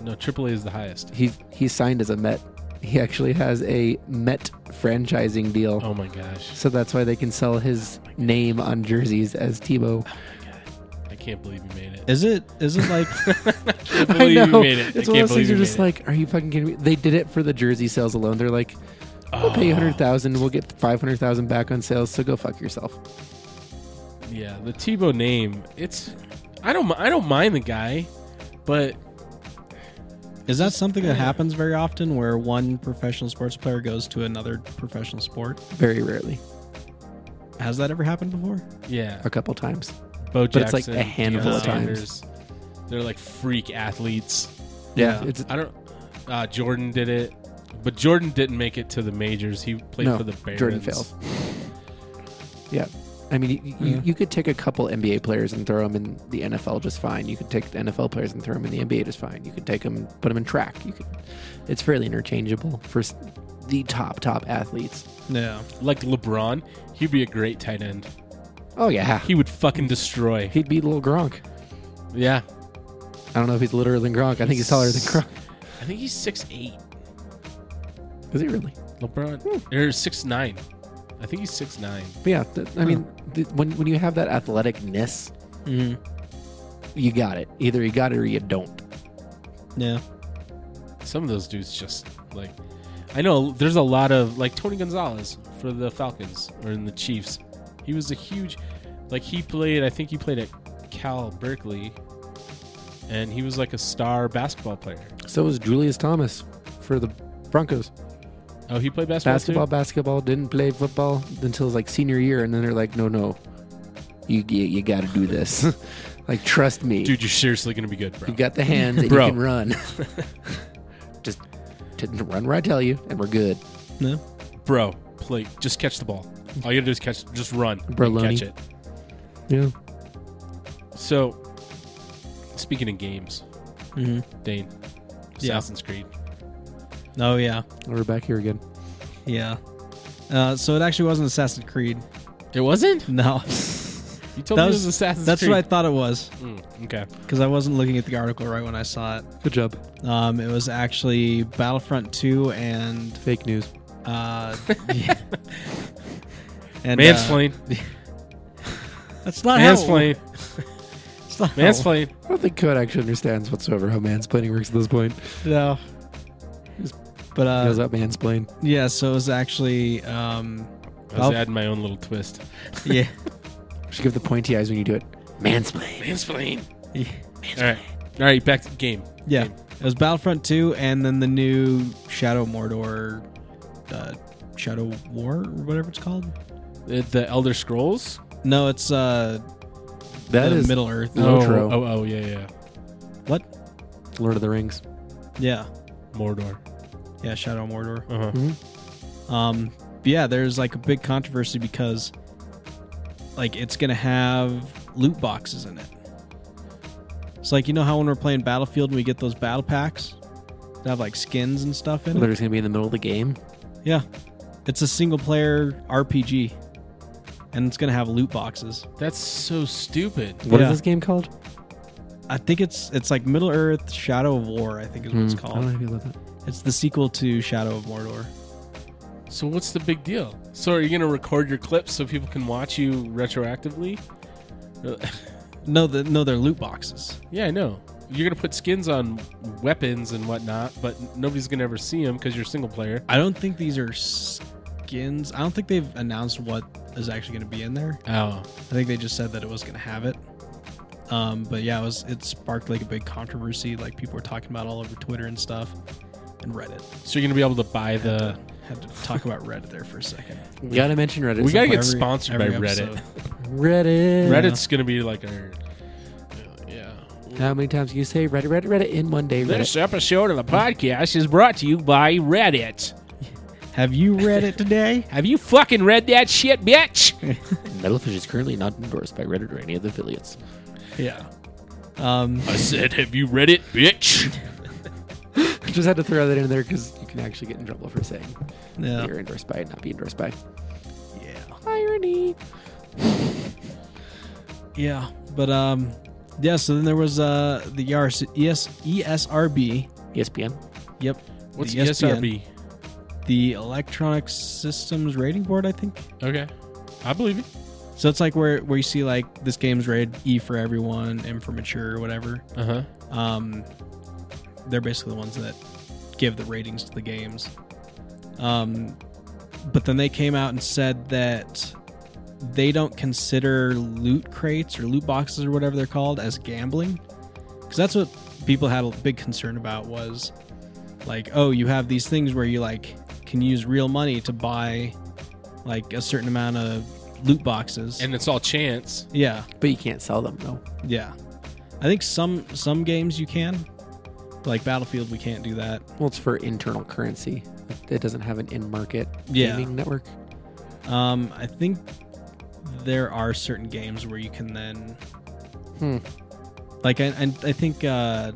Speaker 2: No, Triple A is the highest.
Speaker 3: He he signed as a Met. He actually has a Met franchising deal.
Speaker 2: Oh my gosh,
Speaker 3: So that's why they can sell his name on jerseys as Tebow.
Speaker 2: I can't believe you made it.
Speaker 1: Is it is it like
Speaker 2: I can't believe you made it.
Speaker 3: It's
Speaker 2: I
Speaker 3: one
Speaker 2: can't
Speaker 3: of those things
Speaker 2: believe you
Speaker 3: you're
Speaker 2: made
Speaker 3: just
Speaker 2: it.
Speaker 3: like, are you fucking kidding me? They did it for the jersey sales alone. They're like, we'll pay you
Speaker 2: Oh.
Speaker 3: 100000 We'll get 500000 back on sales. So go fuck yourself.
Speaker 2: Oh. Yeah, the Tebow name. It's I don't mi- I don't mind the guy, but
Speaker 1: is that something that happens very often where one professional sports player goes to another professional sport?
Speaker 3: Very rarely.
Speaker 1: Has that ever happened before?
Speaker 2: yeah,
Speaker 3: A couple times.
Speaker 2: Bo
Speaker 3: But
Speaker 2: Jackson,
Speaker 3: it's like a handful
Speaker 2: Deion
Speaker 1: of
Speaker 3: times.
Speaker 2: Sanders, they're like freak athletes.
Speaker 1: Yeah.
Speaker 3: It's,
Speaker 2: I don't. Uh, Jordan did it, but Jordan didn't make it to the majors. He played
Speaker 3: no,
Speaker 2: for the Barons.
Speaker 3: Jordan fails. yeah. I mean, you, you,
Speaker 1: Yeah.
Speaker 3: you could take a couple NBA players and throw them in the NFL just fine. You could take the NFL players and throw them in the NBA just fine. You could take them, put them in track. You could. It's fairly interchangeable for s- the top top athletes.
Speaker 1: Yeah.
Speaker 2: Like LeBron, he'd be a great tight end.
Speaker 3: Oh yeah,
Speaker 2: He would fucking destroy.
Speaker 3: he'd be little Gronk.
Speaker 2: Yeah,
Speaker 3: I don't know if he's littler than Gronk. I think he's taller than Gronk.
Speaker 2: I think he's six eight.
Speaker 3: Is he really?
Speaker 2: LeBron
Speaker 3: Hmm.
Speaker 2: or six nine. I think he's six nine.
Speaker 3: But yeah, th- I mean, th- when when you have that athleticness, Mm-hmm.
Speaker 1: hmm
Speaker 3: you got it. Either you got it or you don't.
Speaker 1: Yeah.
Speaker 2: Some of those dudes just like I know there's a lot of like Tony Gonzalez for the Falcons or in the Chiefs. He was a huge like he played I think he played at Cal Berkeley and he was like a star basketball player.
Speaker 3: So was Julius Thomas for the Broncos.
Speaker 2: Oh, he played basketball.
Speaker 3: basketball, basketball, didn't play football until his like senior year, and then they're like, no, no, You you, you got to do this. like trust me.
Speaker 2: Dude, you're seriously gonna be good, bro.
Speaker 3: You got the hands and
Speaker 2: Bro.
Speaker 3: you can run. Just t- run where I tell you, and we're good.
Speaker 1: No.
Speaker 2: bro, play. Just catch the ball. All you gotta do is catch. Just run.
Speaker 3: Bro,
Speaker 2: and
Speaker 3: Loney.
Speaker 2: catch it.
Speaker 3: Yeah.
Speaker 2: So, speaking of games,
Speaker 1: hmm
Speaker 2: Dane,
Speaker 1: Yeah.
Speaker 2: Assassin's Creed.
Speaker 1: Oh yeah,
Speaker 3: We're back here again.
Speaker 1: yeah. Uh, so it actually wasn't Assassin's Creed.
Speaker 2: It wasn't.
Speaker 1: No,
Speaker 2: You told
Speaker 1: That
Speaker 2: me
Speaker 1: was-
Speaker 2: it was Assassin's
Speaker 1: that's
Speaker 2: Creed.
Speaker 1: what I thought it was
Speaker 2: Mm, okay.
Speaker 1: because I wasn't looking at the article right when I saw it.
Speaker 3: Good job.
Speaker 1: Um, it was actually Battlefront Two and
Speaker 3: Fake news.
Speaker 1: uh, yeah. and uh,
Speaker 2: Mansplain.
Speaker 1: that's not how. it
Speaker 2: Mansplain.
Speaker 1: works. It's not how it
Speaker 2: Mansplain.
Speaker 3: I don't think Code actually understands whatsoever how mansplaining works at this point.
Speaker 1: works. No.
Speaker 3: Just
Speaker 1: But
Speaker 3: He goes
Speaker 1: uh,
Speaker 3: up mansplain.
Speaker 1: yeah, so it was actually um,
Speaker 2: I was
Speaker 1: I'll-
Speaker 2: adding my own little twist.
Speaker 1: yeah,
Speaker 3: Just give the pointy eyes when you do it. Mansplain.
Speaker 2: Mansplain.
Speaker 1: yeah,
Speaker 2: All right. All right. Back to the game.
Speaker 1: yeah.
Speaker 2: Game.
Speaker 1: It was Battlefront Two and then the new Shadow Mordor, uh, Shadow War or whatever it's called.
Speaker 2: The, Uh, the Elder Scrolls.
Speaker 1: No, it's uh,
Speaker 3: That
Speaker 1: the
Speaker 3: is
Speaker 1: Middle Earth.
Speaker 3: No.
Speaker 2: oh,
Speaker 3: Lotro.
Speaker 2: oh, oh, yeah, yeah.
Speaker 1: What?
Speaker 3: Lord of the Rings.
Speaker 1: Yeah,
Speaker 2: Mordor.
Speaker 1: yeah, Shadow Mordor.
Speaker 2: Uh huh.
Speaker 1: Um, but yeah, there's like a big controversy because like it's gonna have loot boxes in it. It's like you know how when we're playing Battlefield and we get those battle packs that have like skins and stuff in
Speaker 3: They're
Speaker 1: it.
Speaker 3: just gonna be in the middle of the game.
Speaker 1: Yeah, it's a single player RPG, and it's gonna have loot boxes.
Speaker 2: That's so stupid.
Speaker 3: What is
Speaker 1: Yeah.
Speaker 3: this game called?
Speaker 1: I think it's it's like Middle Earth Shadow of War. I think is what it's
Speaker 3: Hmm, I don't know
Speaker 1: called.
Speaker 3: how you feel about that.
Speaker 1: It's the sequel to Shadow of Mordor.
Speaker 2: So what's the big deal? So are you gonna record your clips so people can watch you retroactively? Uh,
Speaker 1: No, the, no, they're loot boxes.
Speaker 2: yeah, I know. You're gonna put skins on weapons and whatnot, but n- nobody's gonna ever see them because you're single player.
Speaker 1: I don't think these are skins. I don't think they've announced what is actually going to be in there.
Speaker 2: Oh,
Speaker 1: I think they just said that it was going to have it. Um, but yeah, it was it sparked like a big controversy. Like people were talking about it all over Twitter and stuff, and Reddit.
Speaker 2: so you're gonna be able to buy
Speaker 1: Had,
Speaker 2: the.
Speaker 1: to, had to talk about Reddit there for a second.
Speaker 3: You gotta mention Reddit.
Speaker 2: We gotta
Speaker 3: sometime.
Speaker 2: get sponsored by
Speaker 1: every
Speaker 2: Reddit.
Speaker 1: episode.
Speaker 3: Reddit.
Speaker 2: Reddit's gonna be like our. Yeah.
Speaker 3: How many times you say Reddit, Reddit, Reddit in one day? Reddit.
Speaker 2: episode of the podcast is brought to you by Reddit.
Speaker 1: Have you read it today?
Speaker 2: Have you fucking read that shit, bitch?
Speaker 3: Metalfish is currently not endorsed by Reddit or any of the affiliates.
Speaker 1: yeah. Um,
Speaker 2: I said, have you read it, bitch?
Speaker 3: Just had to throw that in there because you can actually get in trouble for saying
Speaker 1: yeah.
Speaker 3: you're endorsed by and not be endorsed by.
Speaker 1: Yeah.
Speaker 3: Irony.
Speaker 1: Yeah, but um, yeah. So then there was uh the ERC, ES, ESRB.
Speaker 3: ESPN.
Speaker 1: Yep.
Speaker 2: What's E
Speaker 1: the E ESPN,
Speaker 2: ESRB?
Speaker 1: The Electronic Systems Rating Board, I think.
Speaker 2: Okay. I believe it.
Speaker 1: So it's like where where you see like this game's rated E for everyone, M for mature, or whatever.
Speaker 2: Uh huh.
Speaker 1: Um, they're basically the ones that give the ratings to the games. Um, but then they came out and said that they don't consider loot crates or loot boxes or whatever they're called as gambling, because that's what people had a big concern about was like, oh, you have these things where you like can use real money to buy like a certain amount of loot boxes.
Speaker 2: And it's all chance.
Speaker 1: yeah.
Speaker 3: But you can't sell them though.
Speaker 1: Yeah, I think some some games you can, like Battlefield, we can't do that.
Speaker 3: Well, it's for internal currency. It- It doesn't have an in-market
Speaker 1: Yeah.
Speaker 3: gaming network.
Speaker 1: Um, I think there are certain games where you can then,
Speaker 3: Hmm.
Speaker 1: like, I I, I think, uh,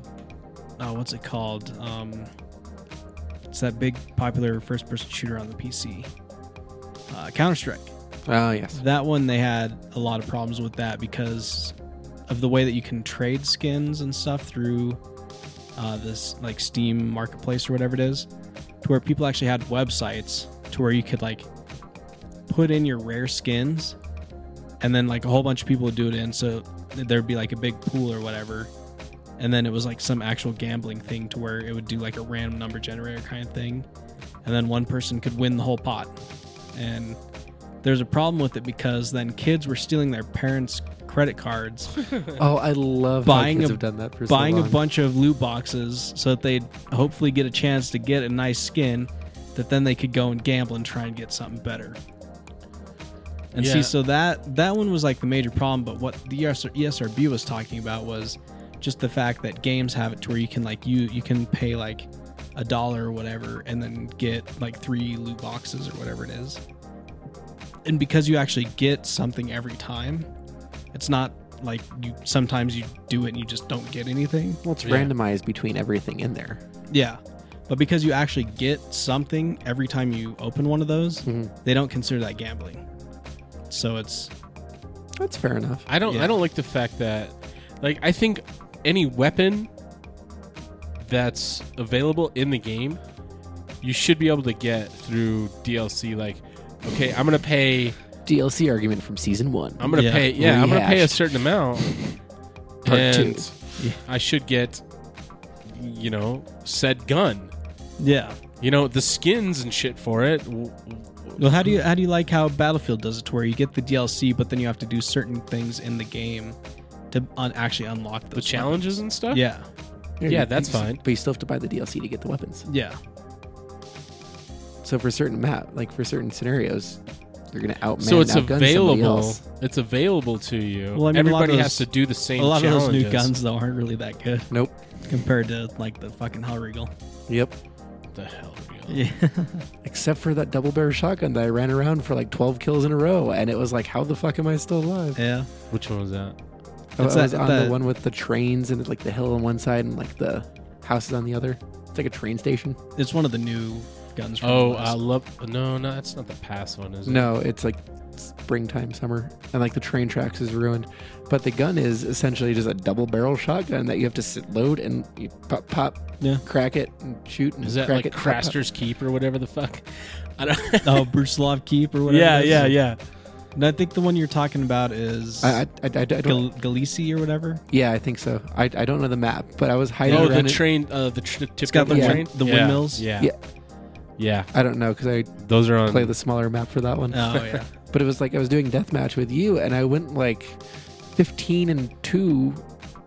Speaker 1: oh, what's it called? Um, it's that big popular first-person shooter on the PC, uh, Counter Strike.
Speaker 3: Oh yes.
Speaker 1: That one they had a lot of problems with that because of the way that you can trade skins and stuff through uh, this like Steam marketplace or whatever it is, to where people actually had websites to where you could like put in your rare skins, and then like a whole bunch of people would do it in, so there'd be like a big pool or whatever, and then it was like some actual gambling thing to where it would do like a random number generator kind of thing, and then one person could win the whole pot, and there's a problem with it because then kids were stealing their parents' credit cards
Speaker 3: Oh, I love
Speaker 1: Buying
Speaker 3: how kids
Speaker 1: a-
Speaker 3: have done that for
Speaker 1: buying
Speaker 3: so
Speaker 1: a
Speaker 3: long.
Speaker 1: bunch of loot boxes so that they'd hopefully get a chance to get a nice skin that then they could go and gamble and try and get something better. And And
Speaker 2: Yeah.
Speaker 1: see, so that that one was like the major problem. But what the E ESR, ESRB was talking about was just the fact that games have it to where you can like you you can pay like a dollar or whatever, and then get like three loot boxes or whatever it is. And because you actually get something every time, it's not like you sometimes you do it and you just don't get anything.
Speaker 3: Well, it's
Speaker 2: Yeah.
Speaker 3: randomized between everything in there.
Speaker 1: Yeah. But because you actually get something every time you open one of those,
Speaker 3: Mhm.
Speaker 1: they don't consider that gambling. So it's
Speaker 3: That's fair enough.
Speaker 2: I don't.
Speaker 1: Yeah.
Speaker 2: I don't like the fact that, like, I think any weapon that's available in the game, you should be able to get through DLC. Like, okay, I'm gonna pay.
Speaker 3: DLC argument from season one.
Speaker 2: I'm gonna
Speaker 1: Yeah.
Speaker 2: pay. Yeah, I'm gonna pay a
Speaker 3: Rehashed.
Speaker 2: certain amount.
Speaker 3: Part
Speaker 2: and
Speaker 3: two.
Speaker 2: I should get, you know, said gun.
Speaker 1: yeah.
Speaker 2: You know, the skins and shit for it. W-
Speaker 1: Well, how do you how do you like how Battlefield does it, to where you get the DLC, but then you have to do certain things in the game to un- actually unlock those
Speaker 2: The challenges and stuff.
Speaker 1: weapons? Yeah,
Speaker 2: yeah, that's fine.
Speaker 3: But you still have to buy the DLC to get the weapons.
Speaker 1: yeah,
Speaker 3: So for certain map, like for certain scenarios, you're gonna outman.
Speaker 2: so it's
Speaker 3: outgun somebody
Speaker 2: available.
Speaker 3: else.
Speaker 2: It's available to
Speaker 1: Well, I
Speaker 2: you.
Speaker 1: mean, a lot of
Speaker 2: Everybody
Speaker 1: those-
Speaker 2: has to do the same.
Speaker 1: a lot
Speaker 2: challenges.
Speaker 1: of those new guns though aren't really that good
Speaker 3: Nope.
Speaker 1: compared to like the fucking Hellregal.
Speaker 3: Yep.
Speaker 2: The hell, really?
Speaker 1: Yeah,
Speaker 3: Except for that double barrel shotgun that I ran around for like 12 kills in a row, and it was like, how the fuck am I still alive?
Speaker 1: yeah.
Speaker 2: Which one was that?
Speaker 3: I was
Speaker 1: It's that-
Speaker 3: on the
Speaker 1: that-
Speaker 3: one with the trains and like the hill on one side and like the houses on the other. It's like a train station.
Speaker 1: It's one of the new guns. From
Speaker 2: Oh,
Speaker 1: the
Speaker 2: I
Speaker 1: last-
Speaker 2: love. No, no, that's not the pass one, is it?
Speaker 3: No, it's like springtime, summer, and like the train tracks is ruined. But the gun is essentially just a double barrel shotgun that you have to sit, load and you pop, pop,
Speaker 1: Yeah.
Speaker 3: crack it and shoot. And
Speaker 2: Is that
Speaker 3: crack
Speaker 2: like
Speaker 3: it, pop, pop.
Speaker 2: Craster's Keep or whatever the fuck? I don't.
Speaker 1: oh, Brusilov Keep or whatever. it is.
Speaker 2: yeah.
Speaker 1: And I think the one you're talking about is
Speaker 3: I, I, I, I don't.
Speaker 1: Gal- Galicia or whatever.
Speaker 3: yeah, I think so. I, I don't know the map, but I was hiding
Speaker 2: Oh, the
Speaker 3: around. it.
Speaker 2: train. Uh, the tr- tip
Speaker 1: It's got
Speaker 2: of the
Speaker 3: the
Speaker 2: train.
Speaker 1: wind- the
Speaker 2: Yeah,
Speaker 1: windmills.
Speaker 2: Yeah.
Speaker 3: Yeah.
Speaker 2: Yeah.
Speaker 3: I don't know because I
Speaker 2: Those are on.
Speaker 3: play the smaller map for that one.
Speaker 1: Oh yeah.
Speaker 3: But it was like I was doing deathmatch with you, and I went like 15 and 2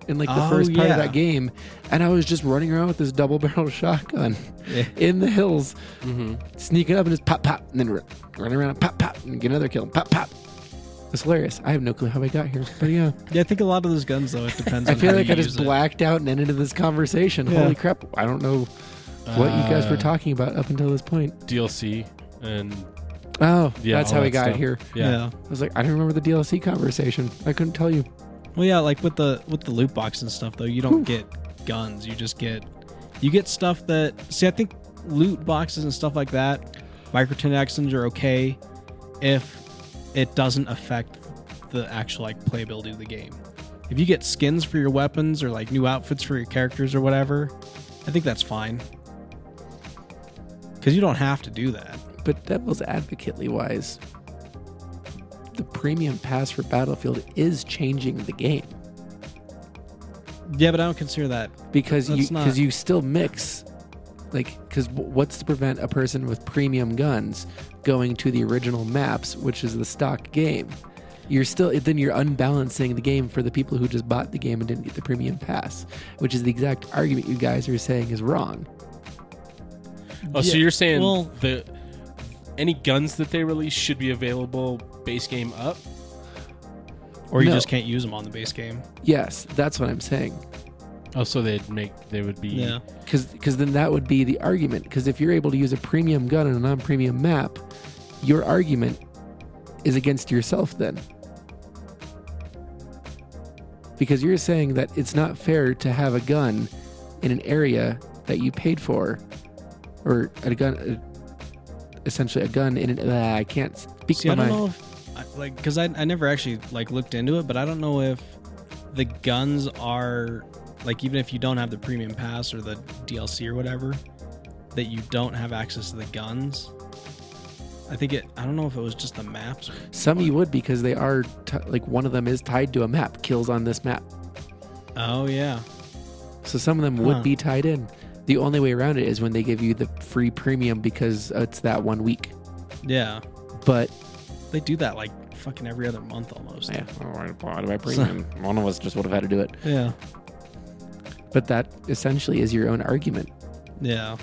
Speaker 3: in like the
Speaker 1: Oh,
Speaker 3: first part
Speaker 1: yeah.
Speaker 3: of that game, and I was just running around with this double barrel shotgun
Speaker 1: Yeah.
Speaker 3: in the hills,
Speaker 2: Mhm.
Speaker 3: sneaking up and just pop, pop, and then run, run around, pop, pop, and get another kill, pop, pop. It's hilarious. I have no clue how I got here, but yeah,
Speaker 1: Yeah, I think a lot of those guns though. It depends.
Speaker 3: I
Speaker 1: on
Speaker 3: feel
Speaker 1: how
Speaker 3: like
Speaker 1: you
Speaker 3: I just
Speaker 1: use it.
Speaker 3: blacked out and ended this conversation.
Speaker 1: Yeah.
Speaker 3: Holy crap! I don't know what you guys were
Speaker 2: Uh,
Speaker 3: talking about up until this point.
Speaker 2: DLC and
Speaker 3: Oh,
Speaker 2: yeah.
Speaker 3: that's
Speaker 2: all
Speaker 3: how I
Speaker 2: that
Speaker 3: got
Speaker 2: stuff.
Speaker 3: here.
Speaker 2: Yeah.
Speaker 3: I was like, I don't remember the DLC conversation. I couldn't tell you.
Speaker 1: Well, yeah, like with the with the loot box and stuff though, you don't get guns. You just get you get stuff that see. I think loot boxes and stuff like that, microtransactions are okay if it doesn't affect the actual like playability of the game. If you get skins for your weapons or like new outfits for your characters or whatever, I think that's fine. Because you don't have to do that.
Speaker 3: But devil's advocately wise, the premium pass for Battlefield is changing the game
Speaker 1: Yeah, but I don't consider that.
Speaker 3: because you
Speaker 1: That's not-
Speaker 3: because you still mix like because what's to prevent a person with premium guns going to the original maps, which is the stock game. You're still then you're unbalancing the game for the people who just bought the game and didn't get the premium pass, which is the exact argument you guys are saying is wrong.
Speaker 2: Oh, so
Speaker 1: Yeah,
Speaker 2: you're saying
Speaker 1: well-
Speaker 2: the any guns that they release should be available base game up?
Speaker 1: Or you
Speaker 3: No.
Speaker 1: just can't use them on the base game.
Speaker 3: Yes, that's what I'm saying.
Speaker 2: Oh, so they'd make they would be
Speaker 1: Yeah.
Speaker 3: because then that would be the argument because if you're able to use a premium gun on a non-premium map your argument is against yourself then because you're saying that it's not fair to have a gun in an area that you paid for or a gun uh, essentially a gun in an uh, i can't speak
Speaker 1: See,
Speaker 3: my
Speaker 1: I don't
Speaker 3: mind.
Speaker 1: know if I- like because I, I never actually like looked into it, but I don't know if the guns are like even if you don't have the premium pass or the DLC or whatever that you don't have access to the guns. I think it. I don't know if it was just the maps. Or,
Speaker 3: some you would because they are t- like one of them is tied to a map kills on this map
Speaker 1: oh yeah,
Speaker 3: So some of them would
Speaker 1: Huh.
Speaker 3: be tied in. The only way around it is when they give you the free premium because it's that one week.
Speaker 1: yeah.
Speaker 3: But
Speaker 1: They do that like fucking every other month almost.
Speaker 3: yeah, why do I premium? one of us just would have had to do it.
Speaker 1: Yeah.
Speaker 3: But that essentially is your own argument.
Speaker 1: Yeah.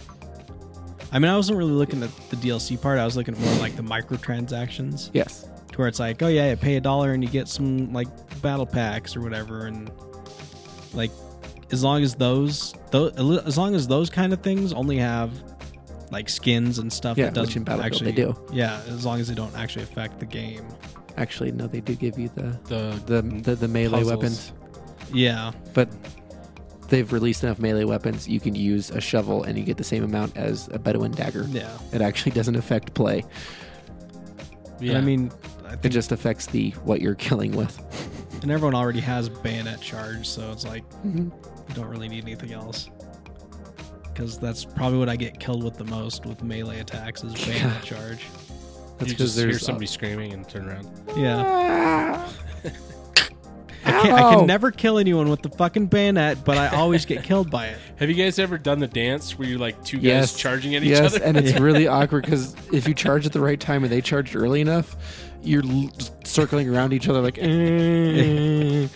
Speaker 1: I mean, I wasn't really looking at the DLC part. I was looking at more like the microtransactions.
Speaker 3: Yes,
Speaker 1: to to where it's like, oh yeah, you pay a dollar and you get some like battle packs or whatever, and like as long as those, those as long as those kind of things only have like skins and stuff
Speaker 3: Yeah,
Speaker 1: that doesn't
Speaker 3: which in Battlefield
Speaker 1: actually
Speaker 3: they do.
Speaker 1: Yeah, as long as they don't actually affect the game.
Speaker 3: Actually, no, they do give you the
Speaker 2: The
Speaker 3: the the, the melee
Speaker 2: puzzles.
Speaker 3: weapons,
Speaker 1: Yeah,
Speaker 3: but they've released enough melee weapons you can use a shovel and you get the same amount as a Bedouin dagger.
Speaker 1: yeah.
Speaker 3: It actually doesn't affect play.
Speaker 1: And I mean, I
Speaker 3: It
Speaker 1: think,
Speaker 3: just affects the what you're killing with.
Speaker 1: and everyone already has bayonet charge, so it's like
Speaker 3: Mhm.
Speaker 1: you don't really need anything else. Because that's probably what I get killed with the most with melee attacks is bayonet charge.
Speaker 3: That's
Speaker 2: you
Speaker 3: because
Speaker 2: just hear
Speaker 3: there's uh,
Speaker 2: somebody screaming and turn around.
Speaker 1: Yeah.
Speaker 3: Ah!
Speaker 1: I can, I
Speaker 3: Ow!
Speaker 1: can never kill anyone with the fucking bayonet, but I always get killed by it.
Speaker 2: Have you guys ever done the dance where you're like two guys
Speaker 3: Yes,
Speaker 2: charging at
Speaker 3: yes,
Speaker 2: each other?
Speaker 3: and it's really awkward because if you charge at the right time and they charged early enough, you're l- just circling around each other like. "Eh."
Speaker 2: it's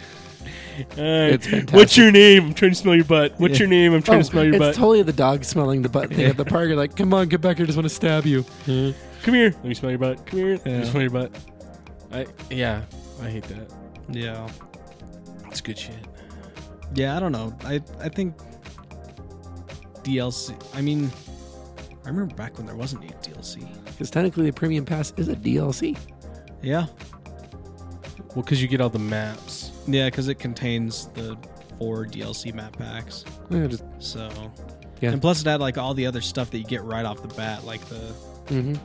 Speaker 2: Mm. What's
Speaker 3: fantastic.
Speaker 2: your name? I'm trying to smell your butt. What's your name? I'm trying
Speaker 3: Oh,
Speaker 2: to smell your
Speaker 3: it's
Speaker 2: butt.
Speaker 3: totally the dog smelling the butt thing at the park. You're like, come on, get back here. I just want to stab you.
Speaker 2: Hmm? Come here. Let me smell your butt. Come here. Let
Speaker 1: Yeah.
Speaker 2: me smell your butt. I yeah. I hate that.
Speaker 1: Yeah.
Speaker 2: It's good shit.
Speaker 1: Yeah, I don't know. I I think DLC. I mean, I remember back when there wasn't any DLC.
Speaker 3: Because technically, the premium pass is a DLC.
Speaker 1: Yeah.
Speaker 2: Well, because you get all the maps.
Speaker 1: Yeah, because it contains the four DLC map packs.
Speaker 3: Yeah, just-
Speaker 1: So.
Speaker 3: Yeah.
Speaker 1: And plus, it had like all the other stuff that you get right off the bat, like the
Speaker 3: mhm.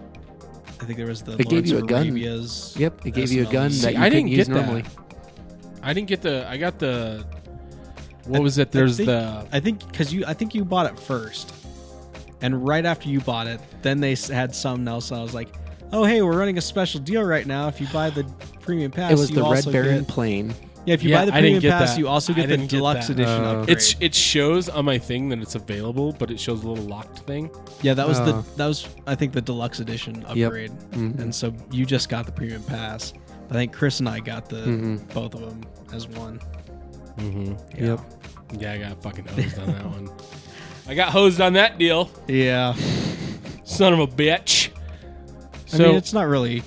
Speaker 1: I think there was the.
Speaker 3: It gave
Speaker 1: Lawrence
Speaker 3: you a gun.
Speaker 1: Arabia's
Speaker 3: Yep, it gave you a
Speaker 1: SNLs.
Speaker 3: gun that you
Speaker 2: See, I
Speaker 3: couldn't
Speaker 2: didn't
Speaker 3: use
Speaker 2: get that.
Speaker 3: normally.
Speaker 2: I didn't get the. I got the. What
Speaker 1: I-
Speaker 2: was it? There's
Speaker 1: think-
Speaker 2: the.
Speaker 1: I think because you, I think you bought it first, and right after you bought it, then they s- had something else. I was like, "Oh, hey, we're running a special deal right now. If you buy the premium pass,
Speaker 3: It was
Speaker 1: you
Speaker 3: the Red
Speaker 1: also
Speaker 3: Baron
Speaker 1: Get,
Speaker 3: plane.
Speaker 1: yeah, if you
Speaker 2: Yeah,
Speaker 1: buy the
Speaker 2: I didn't
Speaker 1: premium
Speaker 2: get
Speaker 1: pass,
Speaker 2: that.
Speaker 1: you also
Speaker 2: I
Speaker 1: get the
Speaker 2: didn't get
Speaker 1: deluxe
Speaker 2: that.
Speaker 1: edition
Speaker 3: Oh.
Speaker 1: upgrade.
Speaker 2: It's it shows on my thing that it's available, but it shows a little locked thing.
Speaker 1: yeah, that was
Speaker 3: Oh.
Speaker 1: the that was I think the deluxe edition upgrade,
Speaker 3: Mhm.
Speaker 1: and so you just got the premium pass. I think Chris and I got the
Speaker 3: Mhm.
Speaker 1: both of them as one.
Speaker 2: Mm-hmm.
Speaker 1: Yeah.
Speaker 2: Yeah, I got fucking hosed on that one. I got hosed on that deal,
Speaker 1: Yeah,
Speaker 2: son of a bitch. So
Speaker 1: I mean it's not really.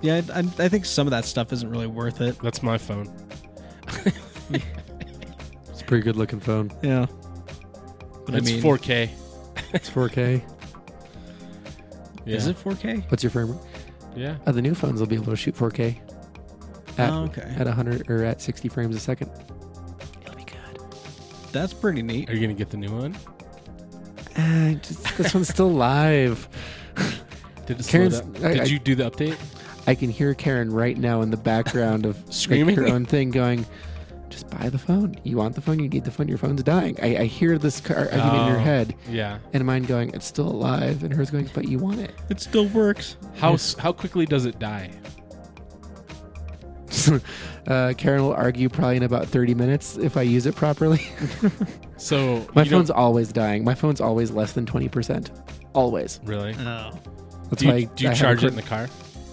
Speaker 1: Yeah, I, I think some of that stuff isn't really worth it.
Speaker 2: that's my phone.
Speaker 3: It's a pretty good looking phone.
Speaker 1: Yeah. But
Speaker 2: it's
Speaker 1: I mean,
Speaker 2: 4K.
Speaker 3: It's 4K.
Speaker 2: Yeah.
Speaker 1: Is it 4K?
Speaker 3: What's your framework?
Speaker 2: Yeah.
Speaker 3: Uh, the new phones will be able to shoot 4K. At,
Speaker 1: Oh, okay.
Speaker 3: At 100 or at 60 frames a second. It'll be good.
Speaker 1: That's pretty neat.
Speaker 2: Are you gonna get the new one?
Speaker 3: Ah, just, this one's still live.
Speaker 2: Did it slow
Speaker 3: Karen's-
Speaker 2: down?
Speaker 3: I-
Speaker 2: Did
Speaker 3: I-
Speaker 2: you do the update?
Speaker 3: I can hear Karen right now in the background of like,
Speaker 2: Screaming?
Speaker 3: her own thing, going, "Just buy the phone. You want the phone. You need the phone. Your phone's dying." I, I hear this car argument in
Speaker 2: Oh.
Speaker 3: her head,
Speaker 2: Yeah.
Speaker 3: and mine going, "It's still alive," and hers going, "But you want it."
Speaker 1: It still works.
Speaker 2: How s how quickly does it die?
Speaker 3: uh, Karen will argue probably in about 30 minutes if I use it properly.
Speaker 2: So
Speaker 3: My
Speaker 2: you don't-
Speaker 3: phone's always dying. My phone's always less than 20%. Always.
Speaker 2: really.
Speaker 1: Oh.
Speaker 3: That's
Speaker 2: Do you,
Speaker 3: why
Speaker 2: do you
Speaker 3: I haven't
Speaker 2: charge it
Speaker 3: quit-
Speaker 2: in the car?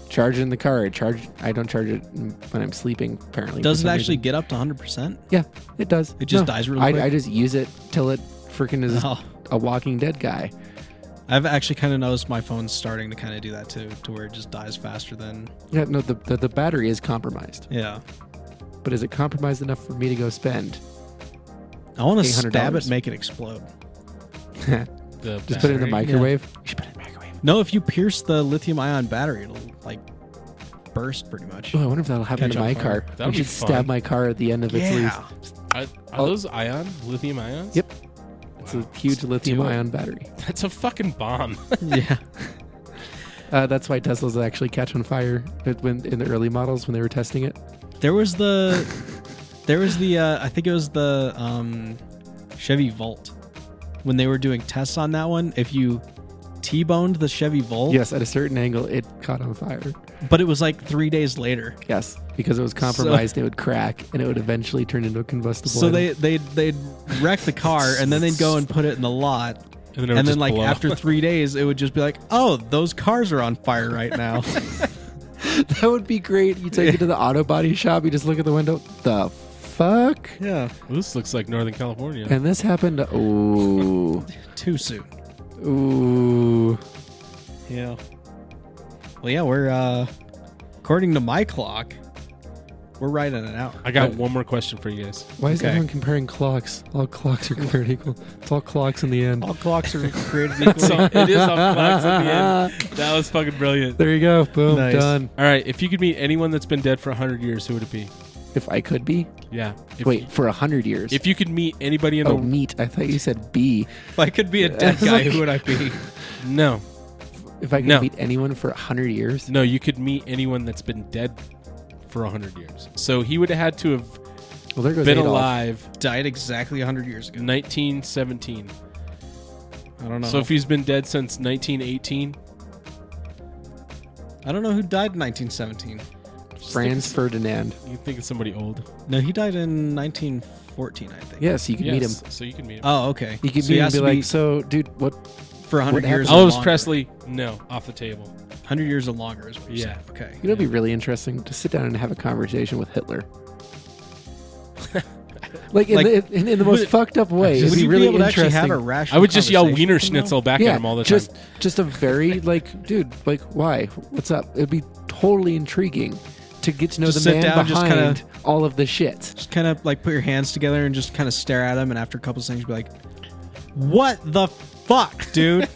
Speaker 3: charge it in the car. I charge. I don't charge it when I'm sleeping. Apparently,
Speaker 1: Does it
Speaker 3: for some
Speaker 1: actually
Speaker 3: reason.
Speaker 1: get up to 100%?
Speaker 3: Yeah, it does.
Speaker 1: It just dies really
Speaker 3: I,
Speaker 1: quick?
Speaker 3: I just use it till it freaking is
Speaker 1: Oh.
Speaker 3: a Walking Dead guy.
Speaker 1: I've actually kind of noticed my phone's starting to kind of do that too, to where it just dies faster than.
Speaker 3: Yeah, no, the, the the battery is compromised,
Speaker 1: Yeah.
Speaker 3: but is it compromised enough for me to go spend?
Speaker 1: I want to
Speaker 3: $800.
Speaker 1: stab it, make it explode.
Speaker 3: just
Speaker 2: The
Speaker 3: put it in the
Speaker 2: battery?
Speaker 3: microwave. You should put it in the microwave.
Speaker 1: No, if you pierce the lithium ion battery, it'll like burst pretty much.
Speaker 3: Oh, I wonder if that'll happen
Speaker 1: Catch
Speaker 3: to
Speaker 1: on
Speaker 3: my
Speaker 1: fire.
Speaker 3: car.
Speaker 2: That
Speaker 3: I
Speaker 2: would be
Speaker 3: should stab
Speaker 2: fun.
Speaker 3: my car at the end of its lease.
Speaker 1: Yeah.
Speaker 2: Are, are
Speaker 3: Oh.
Speaker 2: those ion lithium ions?
Speaker 3: Yep. It's
Speaker 2: Wow.
Speaker 3: a huge lithium
Speaker 2: do it.
Speaker 3: ion battery.
Speaker 2: That's a fucking bomb.
Speaker 1: yeah.
Speaker 3: Uh, that's why Teslas actually catch on fire at- when in the early models when they were testing it.
Speaker 1: There was the. There was the. Uh, I think it was the um, Chevy Volt. When they were doing tests on that one, if you T boned the Chevy Volt,
Speaker 3: Yes, at a certain angle, it caught on fire.
Speaker 1: but it was like three days later.
Speaker 3: Yes, because it was compromised, it would crack and it would eventually turn into a combustible.
Speaker 1: So
Speaker 3: item.
Speaker 1: they they they'd wreck the car and then they'd go and put it in the lot.
Speaker 2: And then, it
Speaker 1: And
Speaker 2: would just
Speaker 1: then like
Speaker 2: blow.
Speaker 1: after three days, it would just be like, oh, those cars are on fire right now.
Speaker 3: that would be great. You take it to the auto body shop. You just look at the window. The fuck.
Speaker 1: yeah,
Speaker 2: this looks like Northern California.
Speaker 3: And this happened. Ooh,
Speaker 1: too soon.
Speaker 3: ooh.
Speaker 1: Yeah, Well, yeah, we're uh, according to my clock, we're right at an hour.
Speaker 2: I got
Speaker 1: But-
Speaker 2: one more question for you guys.
Speaker 3: Why is
Speaker 1: Okay.
Speaker 3: everyone comparing clocks? All clocks are created equal. It's all clocks in the end.
Speaker 1: all clocks are created equal.
Speaker 2: So it is on Flax at the
Speaker 3: Uh-huh.
Speaker 2: end. That was fucking brilliant.
Speaker 3: There you go. Boom.
Speaker 1: Nice.
Speaker 3: Done.
Speaker 2: All right, if you could meet anyone that's been dead for 100 years, who would it be?
Speaker 3: If I could be,
Speaker 2: Yeah. If
Speaker 3: wait for a hundred years.
Speaker 2: If you could meet anybody in the
Speaker 3: oh, meat. I thought you said bee.
Speaker 1: If I could be a dead guy, who would I be?
Speaker 2: No.
Speaker 3: If I could
Speaker 2: No.
Speaker 3: meet anyone for a hundred years,
Speaker 2: No, you could meet anyone that's been dead for 100 years. So he would have had to have
Speaker 3: well, there goes
Speaker 2: been
Speaker 3: Adolf.
Speaker 2: alive
Speaker 1: Died exactly 100 years ago.
Speaker 2: 1917.
Speaker 1: I don't know.
Speaker 2: So if he's been dead since 1918,
Speaker 1: I don't know who died in 1917.
Speaker 3: Franz Ferdinand.
Speaker 2: you think it's somebody old.
Speaker 1: No, he died in 1914, I think.
Speaker 3: Yes, you could meet him. Uh,
Speaker 2: Yes, So you can meet him.
Speaker 1: Oh, okay.
Speaker 3: You could
Speaker 1: So he
Speaker 3: meet him and
Speaker 1: has
Speaker 3: be
Speaker 1: to
Speaker 3: like, so, dude, what?
Speaker 1: for 100
Speaker 3: what
Speaker 1: years.
Speaker 3: happened-
Speaker 1: or
Speaker 2: Elvis
Speaker 1: longer.
Speaker 2: Presley, no, off the table.
Speaker 1: 100 years or longer is what you
Speaker 2: Yeah.
Speaker 1: said. Okay.
Speaker 3: You know, it'd be really interesting to sit down and have a conversation with Hitler. like, in,
Speaker 1: Like-
Speaker 3: the, in, in the most
Speaker 1: Would-
Speaker 3: fucked up way. It'd
Speaker 1: Would
Speaker 3: be
Speaker 1: you
Speaker 3: really
Speaker 1: be able to actually
Speaker 3: interesting.
Speaker 1: have a rational
Speaker 2: I would just yell
Speaker 1: conversation
Speaker 2: Wiener
Speaker 1: with him, though?
Speaker 2: Schnitzel back
Speaker 3: yeah,
Speaker 2: at him all the time.
Speaker 3: just just a very like, dude, like, why? What's up? It'd be totally intriguing to get to know
Speaker 1: Just
Speaker 3: the
Speaker 1: sit
Speaker 3: man
Speaker 1: down,
Speaker 3: behind
Speaker 1: just kinda-
Speaker 3: all of the shit.
Speaker 1: Just kind of like put your hands together and just kind of stare at him, and after a couple of things, be like, "What the fuck, dude?"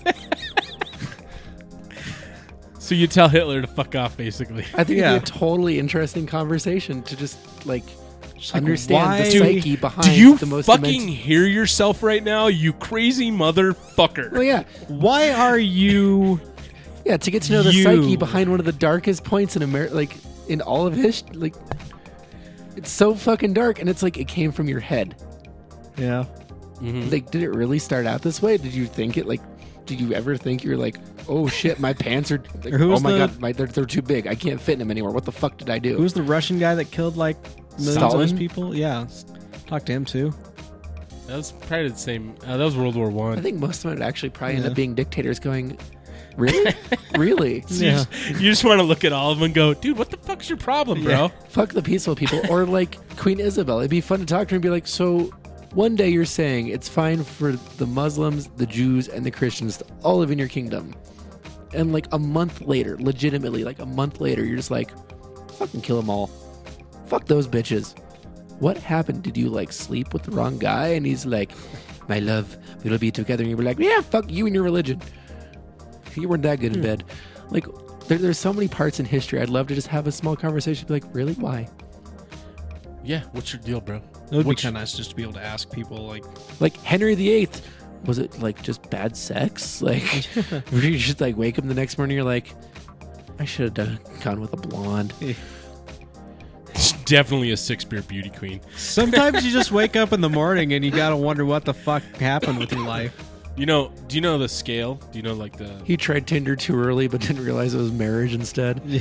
Speaker 2: so you tell Hitler to fuck off, basically.
Speaker 3: I think
Speaker 1: Yeah.
Speaker 3: it'd be a totally interesting conversation to just like
Speaker 1: Just like,
Speaker 3: understand
Speaker 1: why-
Speaker 3: the
Speaker 2: Dude,
Speaker 3: psyche behind
Speaker 2: Do you
Speaker 3: the most
Speaker 2: fucking
Speaker 3: immense-
Speaker 2: hear yourself right now, you crazy motherfucker?
Speaker 3: Well, yeah,
Speaker 1: Why are you?
Speaker 3: yeah. To get to know the
Speaker 1: You.
Speaker 3: psyche behind one of the darkest points in America, like in all of his, like it's so fucking dark, and it's like it came from your head.
Speaker 1: Yeah. Hmm.
Speaker 3: Like, did it really start out this way? Did you think it like? Did you ever think you're like, oh shit, my pants are, like,
Speaker 1: Or who
Speaker 3: oh
Speaker 1: was
Speaker 3: my
Speaker 1: the-
Speaker 3: god, my, they're, they're too big. I can't fit in them anymore. What the fuck did I do?
Speaker 1: Who's the Russian guy that killed like millions of
Speaker 3: Stalin?
Speaker 1: those people? Yeah. Talk to him too.
Speaker 2: That was probably the same. Uh, that was World War One.
Speaker 3: I think most of them would actually probably end
Speaker 1: Yeah.
Speaker 3: up being dictators. Going, really, really,
Speaker 2: So you,
Speaker 1: Yeah.
Speaker 2: just, you just want to look at all of them and go, dude, what the fuck's your problem, bro?
Speaker 3: fuck the peaceful people, or like Queen Isabel. It'd be fun to talk to her and be like, so. One day you're saying it's fine for the Muslims, the Jews, and the Christians to all live in your kingdom. And like a month later, legitimately, like a month later, you're just like, fucking kill them all. Fuck those bitches. What happened? Did you like sleep with the wrong guy? And he's like, my love, we'll be together. And you were like, yeah, fuck you and your religion. You weren't that good in bed. Like, there, there's so many parts in history. I'd love to just have a small conversation. Be like, really? Why?
Speaker 2: Yeah, what's your deal, bro?
Speaker 1: It would be
Speaker 2: What's-
Speaker 1: kind of nice just to be able to ask people like,
Speaker 3: Like Henry VIII, was it like just bad sex? Like, were you just like wake up the next morning? You're like, I should have done gone with a blonde.
Speaker 2: She's definitely a six beer beauty queen.
Speaker 1: Sometimes you just wake up in the morning and you gotta wonder what the fuck happened with your life.
Speaker 2: You know, do you know the scale? Do you know, like, the.
Speaker 3: He tried Tinder too early, but didn't realize it was marriage instead.
Speaker 1: Yeah.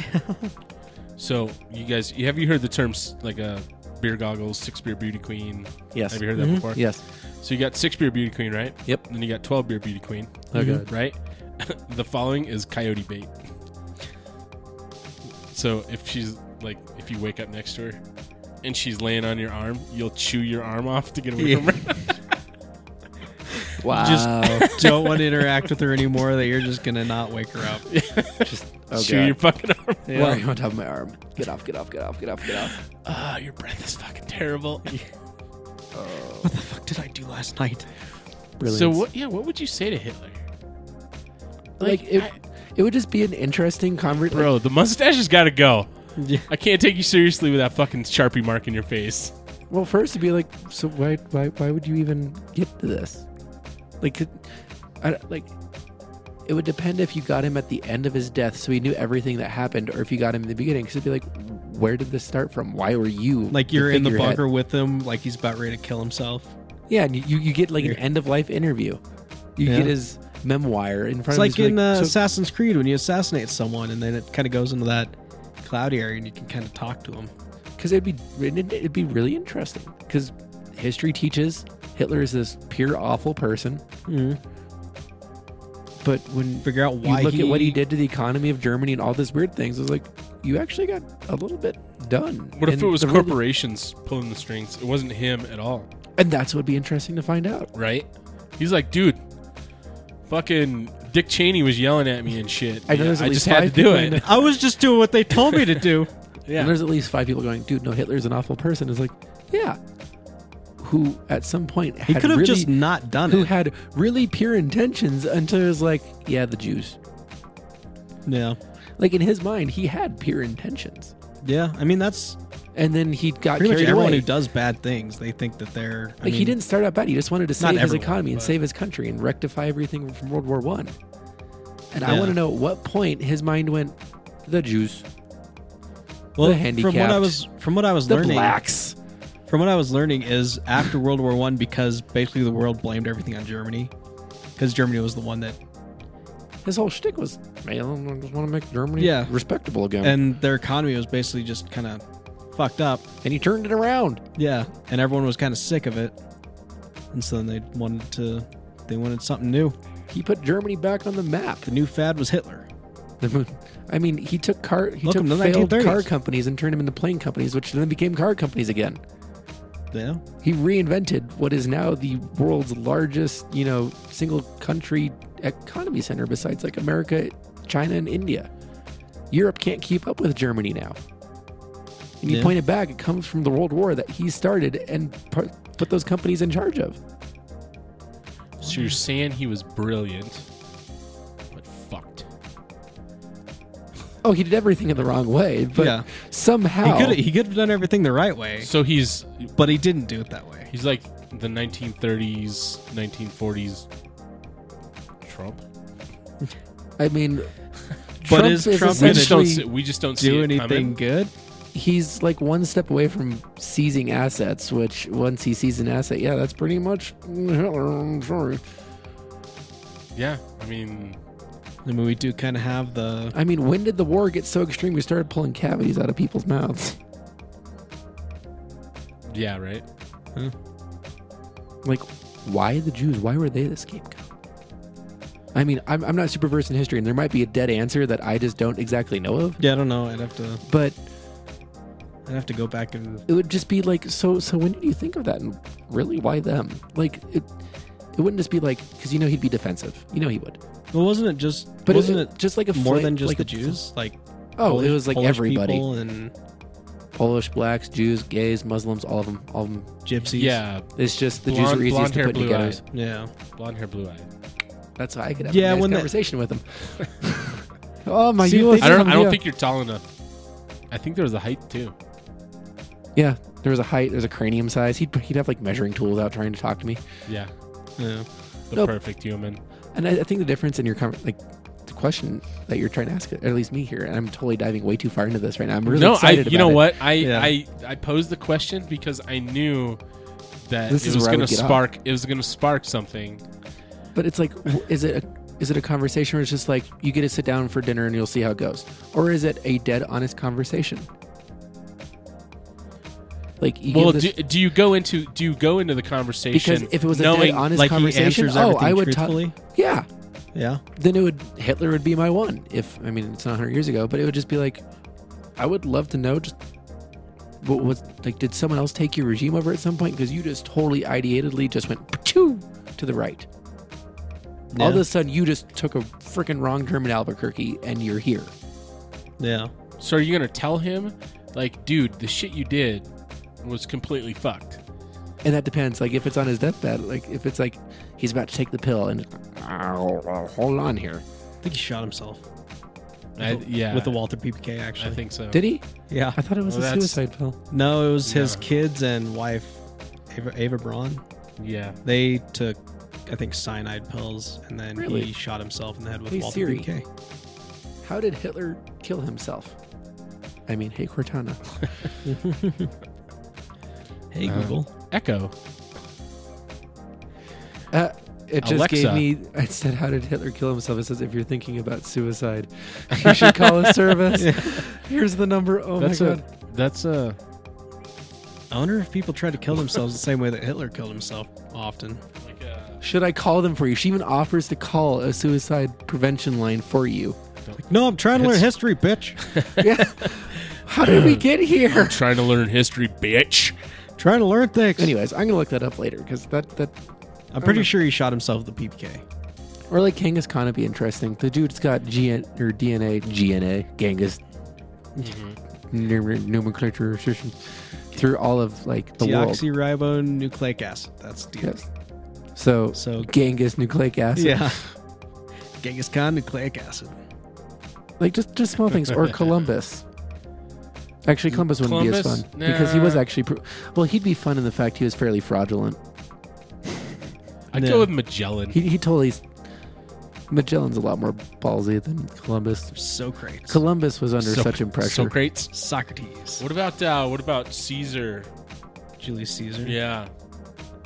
Speaker 2: So, you guys, have you heard the terms, like, uh, beer goggles, six beer beauty queen?
Speaker 3: Yes.
Speaker 2: Have you heard that before?
Speaker 3: Yes.
Speaker 2: So, you got six beer beauty queen, right?
Speaker 3: Yep.
Speaker 2: Then you got 12 beer beauty queen,
Speaker 3: Oh god.
Speaker 2: right? the following is coyote bait. So, if she's, like, if you wake up next to her and she's laying on your arm, you'll chew your arm off to get away
Speaker 1: Yeah.
Speaker 2: from her.
Speaker 3: Wow. Oh,
Speaker 1: Just don't want to interact with her anymore. That you're just gonna not wake her up.
Speaker 3: Just oh
Speaker 2: chew your
Speaker 3: god.
Speaker 2: fucking arm
Speaker 3: Why are you on top of my arm? Get off! Get off! Get off! Get off! Get off!
Speaker 2: Ah, your breath is fucking terrible.
Speaker 1: What the fuck did I do last night?
Speaker 3: Brilliant.
Speaker 2: So what? Yeah, what would you say to Hitler,
Speaker 3: Like it, it would just be an interesting conversation.
Speaker 2: bro? The mustache has got to go.
Speaker 1: Yeah.
Speaker 2: I can't take you seriously with that fucking sharpie mark in your face.
Speaker 3: Well, first it'd be like, so why, why, why would you even get to this? Like, it- I, like, it would depend if you got him at the end of his death, so he knew everything that happened, or if you got him in the beginning, because it'd be like, where did this start from? Why were you
Speaker 1: Like you're in the
Speaker 3: figurehead?
Speaker 1: bunker with him, like he's about ready to kill himself.
Speaker 3: Yeah, and you, you get like an
Speaker 1: You're-
Speaker 3: end of life interview. You
Speaker 1: Yeah.
Speaker 3: get his memoir in front
Speaker 1: It's
Speaker 3: of.
Speaker 1: like
Speaker 3: you,
Speaker 1: in uh,
Speaker 3: so-
Speaker 1: Assassin's Creed when you assassinate someone and then it kind of goes into that cloud area and you can kind of talk to him.
Speaker 3: because it'd be it'd, it'd be really interesting because history teaches Hitler is this pure awful person,
Speaker 1: Mm-hmm.
Speaker 3: but when
Speaker 1: Figure out
Speaker 3: you
Speaker 1: why
Speaker 3: look
Speaker 1: he,
Speaker 3: at what he did to the economy of Germany and all this weird things, it was like you actually got a little bit done.
Speaker 2: What if
Speaker 3: And
Speaker 2: it was
Speaker 3: the world-
Speaker 2: corporations pulling the strings? It wasn't him at all,
Speaker 3: And that's what'd be interesting to find out.
Speaker 2: right? He's like, dude, Fucking Dick Cheney was yelling at me and shit.
Speaker 3: I know there's at
Speaker 2: I
Speaker 3: least
Speaker 2: just had to
Speaker 3: five
Speaker 2: do
Speaker 3: people in
Speaker 2: it.
Speaker 3: the-
Speaker 1: I was just doing what they told me to do.
Speaker 2: Yeah.
Speaker 3: And there's at least five people going, dude, no, Hitler's an awful person. It's like, yeah. Who at some point
Speaker 1: He
Speaker 3: had
Speaker 1: could have
Speaker 3: really,
Speaker 1: just not done
Speaker 3: who
Speaker 1: it.
Speaker 3: had really pure intentions until it was like, yeah, the Jews.
Speaker 1: Yeah.
Speaker 3: Like in his mind, he had pure intentions,
Speaker 1: Yeah. I mean, that's
Speaker 3: and then he got
Speaker 1: pretty much
Speaker 3: carried
Speaker 1: everyone
Speaker 3: away.
Speaker 1: who does bad things. They think that they're. I
Speaker 3: like he
Speaker 1: mean,
Speaker 3: didn't start out bad. He just wanted to save his
Speaker 1: everyone,
Speaker 3: economy and
Speaker 1: but-
Speaker 3: save his country and rectify everything from World War One. And I
Speaker 1: Yeah.
Speaker 3: want to know at what point his mind went, the Jews,
Speaker 1: Well,
Speaker 3: the
Speaker 1: from what I
Speaker 3: handicapped,
Speaker 1: was from what I was
Speaker 3: the
Speaker 1: learning,
Speaker 3: blacks.
Speaker 1: from what I was learning is after World War One, because basically the world blamed everything on Germany, because Germany was the one that,
Speaker 3: His whole shtick was, man, I just want to make Germany
Speaker 1: Yeah.
Speaker 3: respectable again.
Speaker 1: and their economy was basically just kind of fucked up.
Speaker 3: and he turned it around.
Speaker 1: Yeah, and everyone was kind of sick of it, and so then they wanted to, they wanted something new.
Speaker 3: He put Germany back on the map.
Speaker 1: The new fad was Hitler.
Speaker 3: I mean, he took car he
Speaker 1: Welcome
Speaker 3: took
Speaker 1: to the
Speaker 3: failed
Speaker 1: 1930s.
Speaker 3: car companies and turned them into plane companies, which then became car companies again.
Speaker 1: Yeah,
Speaker 3: He reinvented what is now the world's largest, you know, single country economy center besides like America, China, and India. Europe can't keep up with Germany now. And you
Speaker 1: Yeah.
Speaker 3: point it back, it comes from the World War that he started and par- put those companies in charge of.
Speaker 2: So you're saying he was brilliant, but fucked.
Speaker 3: Oh, he did everything in the wrong way, but
Speaker 1: Yeah.
Speaker 3: somehow
Speaker 1: he could he could have done everything the right way,
Speaker 2: So he's
Speaker 1: but he didn't do it that way.
Speaker 2: he's like the 1930s, 1940s Trump.
Speaker 3: I mean,
Speaker 1: But is Trump
Speaker 2: We just don't
Speaker 3: essentially-
Speaker 2: see, we just don't see
Speaker 1: Do
Speaker 2: it
Speaker 1: anything
Speaker 2: coming.
Speaker 1: good?
Speaker 3: he's like one step away from seizing assets, which once he sees an asset, yeah, that's pretty much Hitler. I'm sorry.
Speaker 2: Yeah, I mean,
Speaker 1: I mean, we do kind of have the
Speaker 3: I mean, when did the war get so extreme we started pulling cavities out of people's mouths?
Speaker 2: yeah, right.
Speaker 3: Like, why the Jews? Why were they the scapegoat? I mean, I'm, I'm not super versed in history, and there might be a dead answer that I just don't exactly know of,
Speaker 1: yeah. I don't know. I'd have to
Speaker 3: but
Speaker 1: I'd have to go back and
Speaker 3: it would just be like so so when did you think of that and really why them like it it wouldn't just be like because you know he'd be defensive you know he would
Speaker 1: well, wasn't it just
Speaker 3: but
Speaker 1: wasn't it,
Speaker 3: just like a
Speaker 1: more
Speaker 3: fla-
Speaker 1: than just
Speaker 3: like
Speaker 1: the
Speaker 3: a-
Speaker 1: Jews? Like
Speaker 3: oh
Speaker 1: Polish-
Speaker 3: it was like
Speaker 1: Polish
Speaker 3: everybody
Speaker 1: people and
Speaker 3: polish blacks jews gays muslims all of them all of them
Speaker 1: gypsies.
Speaker 2: Yeah,
Speaker 3: it's just the jews
Speaker 2: Blonde-
Speaker 3: are
Speaker 2: blonde
Speaker 3: easiest to
Speaker 2: hair,
Speaker 3: put in
Speaker 2: blue
Speaker 3: ghettos
Speaker 1: yeah.
Speaker 2: blonde hair, blue eye.
Speaker 3: that's why i could have
Speaker 1: Yeah,
Speaker 3: a nice
Speaker 1: when the-
Speaker 3: conversation with them oh my
Speaker 1: See,
Speaker 3: you
Speaker 1: if they
Speaker 2: I don't.
Speaker 3: some
Speaker 2: I don't
Speaker 3: deal.
Speaker 2: think you're tall enough. I think there was a height too.
Speaker 3: yeah there was a height there was a cranium size he'd, he'd have like measuring tools out trying to talk to me
Speaker 2: Yeah,
Speaker 1: Yeah.
Speaker 2: the
Speaker 3: Nope.
Speaker 2: perfect human.
Speaker 3: And I, I think the difference in your com- like the question that you're trying to ask, or at least me here, and I'm totally diving way too far into this right now. I'm really
Speaker 2: no, I.
Speaker 3: excited.
Speaker 2: You
Speaker 3: about
Speaker 2: know
Speaker 3: it.
Speaker 2: what? I,
Speaker 1: Yeah.
Speaker 2: I I posed the question because I knew that
Speaker 3: This
Speaker 2: it
Speaker 3: is
Speaker 2: was
Speaker 3: where I
Speaker 2: going to
Speaker 3: would get off.
Speaker 2: spark. It was going to spark something.
Speaker 3: But it's like, w- is it a, is it a conversation where it's just like you get to sit down for dinner and you'll see how it goes, or is it a dead honest conversation? Like you
Speaker 2: Well,
Speaker 3: give
Speaker 2: do,
Speaker 3: this,
Speaker 2: do you go into do you go into the conversation
Speaker 3: because if it was a
Speaker 2: knowing
Speaker 3: dead honest
Speaker 1: like he
Speaker 3: conversation,
Speaker 1: answers
Speaker 3: oh,
Speaker 1: everything
Speaker 3: I would talk.
Speaker 1: truthfully.
Speaker 3: Yeah,
Speaker 1: yeah.
Speaker 3: then it would Hitler would be my one. If I mean it's not 100 years ago, but it would just be like, I would love to know just what was like. Did someone else take your regime over at some point? Because you just totally ideatedly just went pachoo to the right. All of
Speaker 1: Yeah.
Speaker 3: a sudden, you just took a freaking wrong turn in Albuquerque, and you're here.
Speaker 1: Yeah.
Speaker 2: So are you gonna tell him, like, dude, the shit you did was completely fucked?
Speaker 3: And that depends. Like if it's on his deathbed, like if it's like he's about to take the pill, and "Ow, ow, hold on here.
Speaker 1: I think he shot himself.
Speaker 2: I,
Speaker 1: With the-
Speaker 2: yeah,
Speaker 1: With the Walter PPK actually.
Speaker 2: I think so.
Speaker 3: Did he?
Speaker 1: Yeah.
Speaker 3: I thought it was
Speaker 2: Well,
Speaker 3: a
Speaker 2: that's-
Speaker 3: suicide pill.
Speaker 1: No, it was his
Speaker 2: No.
Speaker 1: kids and wife, Ava, Ava Braun.
Speaker 2: yeah,
Speaker 1: They took, I think, cyanide pills, and then
Speaker 3: Really?
Speaker 1: he shot himself in the head with
Speaker 3: Hey,
Speaker 1: Walter
Speaker 3: Siri.
Speaker 1: PPK.
Speaker 3: How did Hitler kill himself? I mean, hey Cortana.
Speaker 1: Hey
Speaker 2: Uh,
Speaker 1: Google.
Speaker 2: Echo.
Speaker 3: Oh Uh, it just
Speaker 2: Alexa.
Speaker 3: gave me. I said, "How did Hitler kill himself?" It says, "If you're thinking about suicide, you should call a service." Here's the number. Oh
Speaker 2: that's
Speaker 3: my
Speaker 2: a
Speaker 3: god!
Speaker 2: that's a
Speaker 1: I wonder if people try to kill themselves the same way that Hitler killed himself. Often.
Speaker 2: like a
Speaker 3: Should I call them for you? She even offers to call a suicide prevention line for you.
Speaker 1: No, I'm trying to learn
Speaker 2: It's-
Speaker 1: history, bitch.
Speaker 3: Yeah. How did we get here?
Speaker 2: trying to learn history, bitch.
Speaker 1: trying to learn things.
Speaker 3: Anyways, I'm gonna look that up later because that that
Speaker 1: I'm pretty sure he shot himself with the PPK.
Speaker 3: Or like Kangaskhan would be interesting. The dude's got G or DNA, GNA, Genghis
Speaker 2: Mm-hmm.
Speaker 3: nom- nomenclature system through all of like the world.
Speaker 1: Deoxyribonucleic acid. That's DNA.
Speaker 3: Yes. So,
Speaker 1: So-
Speaker 3: Genghis nucleic acid.
Speaker 1: Yeah. Genghis Khan nucleic acid.
Speaker 3: Like just just small things or Columbus. Actually, Columbus wouldn't be as
Speaker 2: Columbus?
Speaker 3: fun because he was
Speaker 2: Nah.
Speaker 3: actually pr- well. He'd be fun in the fact he was fairly fraudulent.
Speaker 2: I'd
Speaker 1: No.
Speaker 2: go with Magellan.
Speaker 3: He he totally s- Magellan's a lot more ballsy than Columbus.
Speaker 1: Socrates.
Speaker 3: Columbus was under
Speaker 2: So-
Speaker 3: such impression.
Speaker 2: Socrates.
Speaker 1: Socrates.
Speaker 2: What about uh, what about Caesar?
Speaker 1: Julius Caesar.
Speaker 2: Yeah.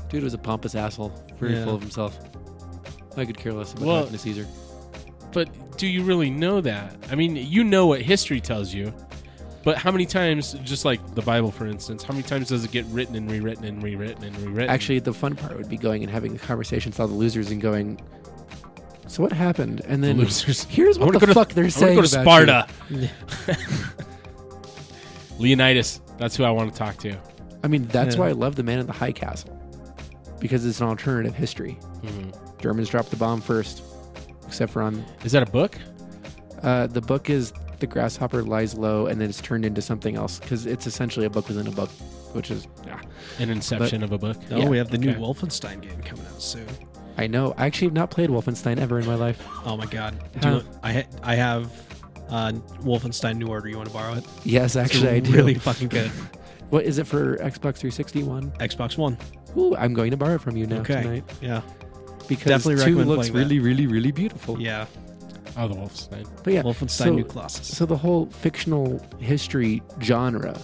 Speaker 4: Dude was a pompous asshole, very
Speaker 1: Yeah.
Speaker 4: full of himself. I could care less about
Speaker 2: Well-
Speaker 4: talking to Caesar.
Speaker 2: But do you really know that? I mean, you know what history tells you, but how many times, just like the Bible, for instance, how many times does it get written and rewritten and rewritten and rewritten?
Speaker 3: Actually, the fun part would be going and having conversations with all the losers and going. So what happened? And
Speaker 2: the
Speaker 3: then
Speaker 2: losers.
Speaker 3: Here's
Speaker 2: I
Speaker 3: what
Speaker 2: wanna
Speaker 3: the
Speaker 2: go to-
Speaker 3: fuck they're
Speaker 2: I wanna
Speaker 3: saying.
Speaker 2: Go to
Speaker 3: about you.
Speaker 2: Sparta. Leonidas. That's who I want to talk to.
Speaker 3: I mean, that's
Speaker 1: Yeah.
Speaker 3: why I love The Man in the High Castle because it's an alternative history.
Speaker 2: Mm-hmm.
Speaker 3: Germans dropped the bomb first, except for on
Speaker 2: Is that a book?
Speaker 3: uh, the book is The Grasshopper Lies Low, and then it's turned into something else because it's essentially a book within a book, which is, ah,
Speaker 2: An inception of a book?
Speaker 1: Oh,
Speaker 3: Yeah,
Speaker 1: we have the new
Speaker 2: okay.
Speaker 1: Wolfenstein game coming out soon.
Speaker 3: I know. I actually have not played Wolfenstein ever in my life.
Speaker 1: Oh my god. Do
Speaker 3: Huh.
Speaker 1: you want- I ha- I have uh, Wolfenstein New Order. You want to borrow it?
Speaker 3: Yes,
Speaker 1: It's
Speaker 3: actually, I do.
Speaker 1: really fucking good.
Speaker 3: What is it for Xbox 360 one?
Speaker 1: Xbox One.
Speaker 3: Ooh, I'm going to borrow it from you now
Speaker 1: okay.
Speaker 3: tonight
Speaker 1: Yeah.
Speaker 3: because
Speaker 1: Definitely
Speaker 3: two
Speaker 1: recommend
Speaker 3: looks
Speaker 1: playing that.
Speaker 3: really, really, really beautiful.
Speaker 1: Yeah.
Speaker 2: Oh, the Wolfenstein.
Speaker 3: But yeah,
Speaker 1: Wolfenstein
Speaker 3: so-
Speaker 1: New Colossus.
Speaker 3: So the whole fictional history genre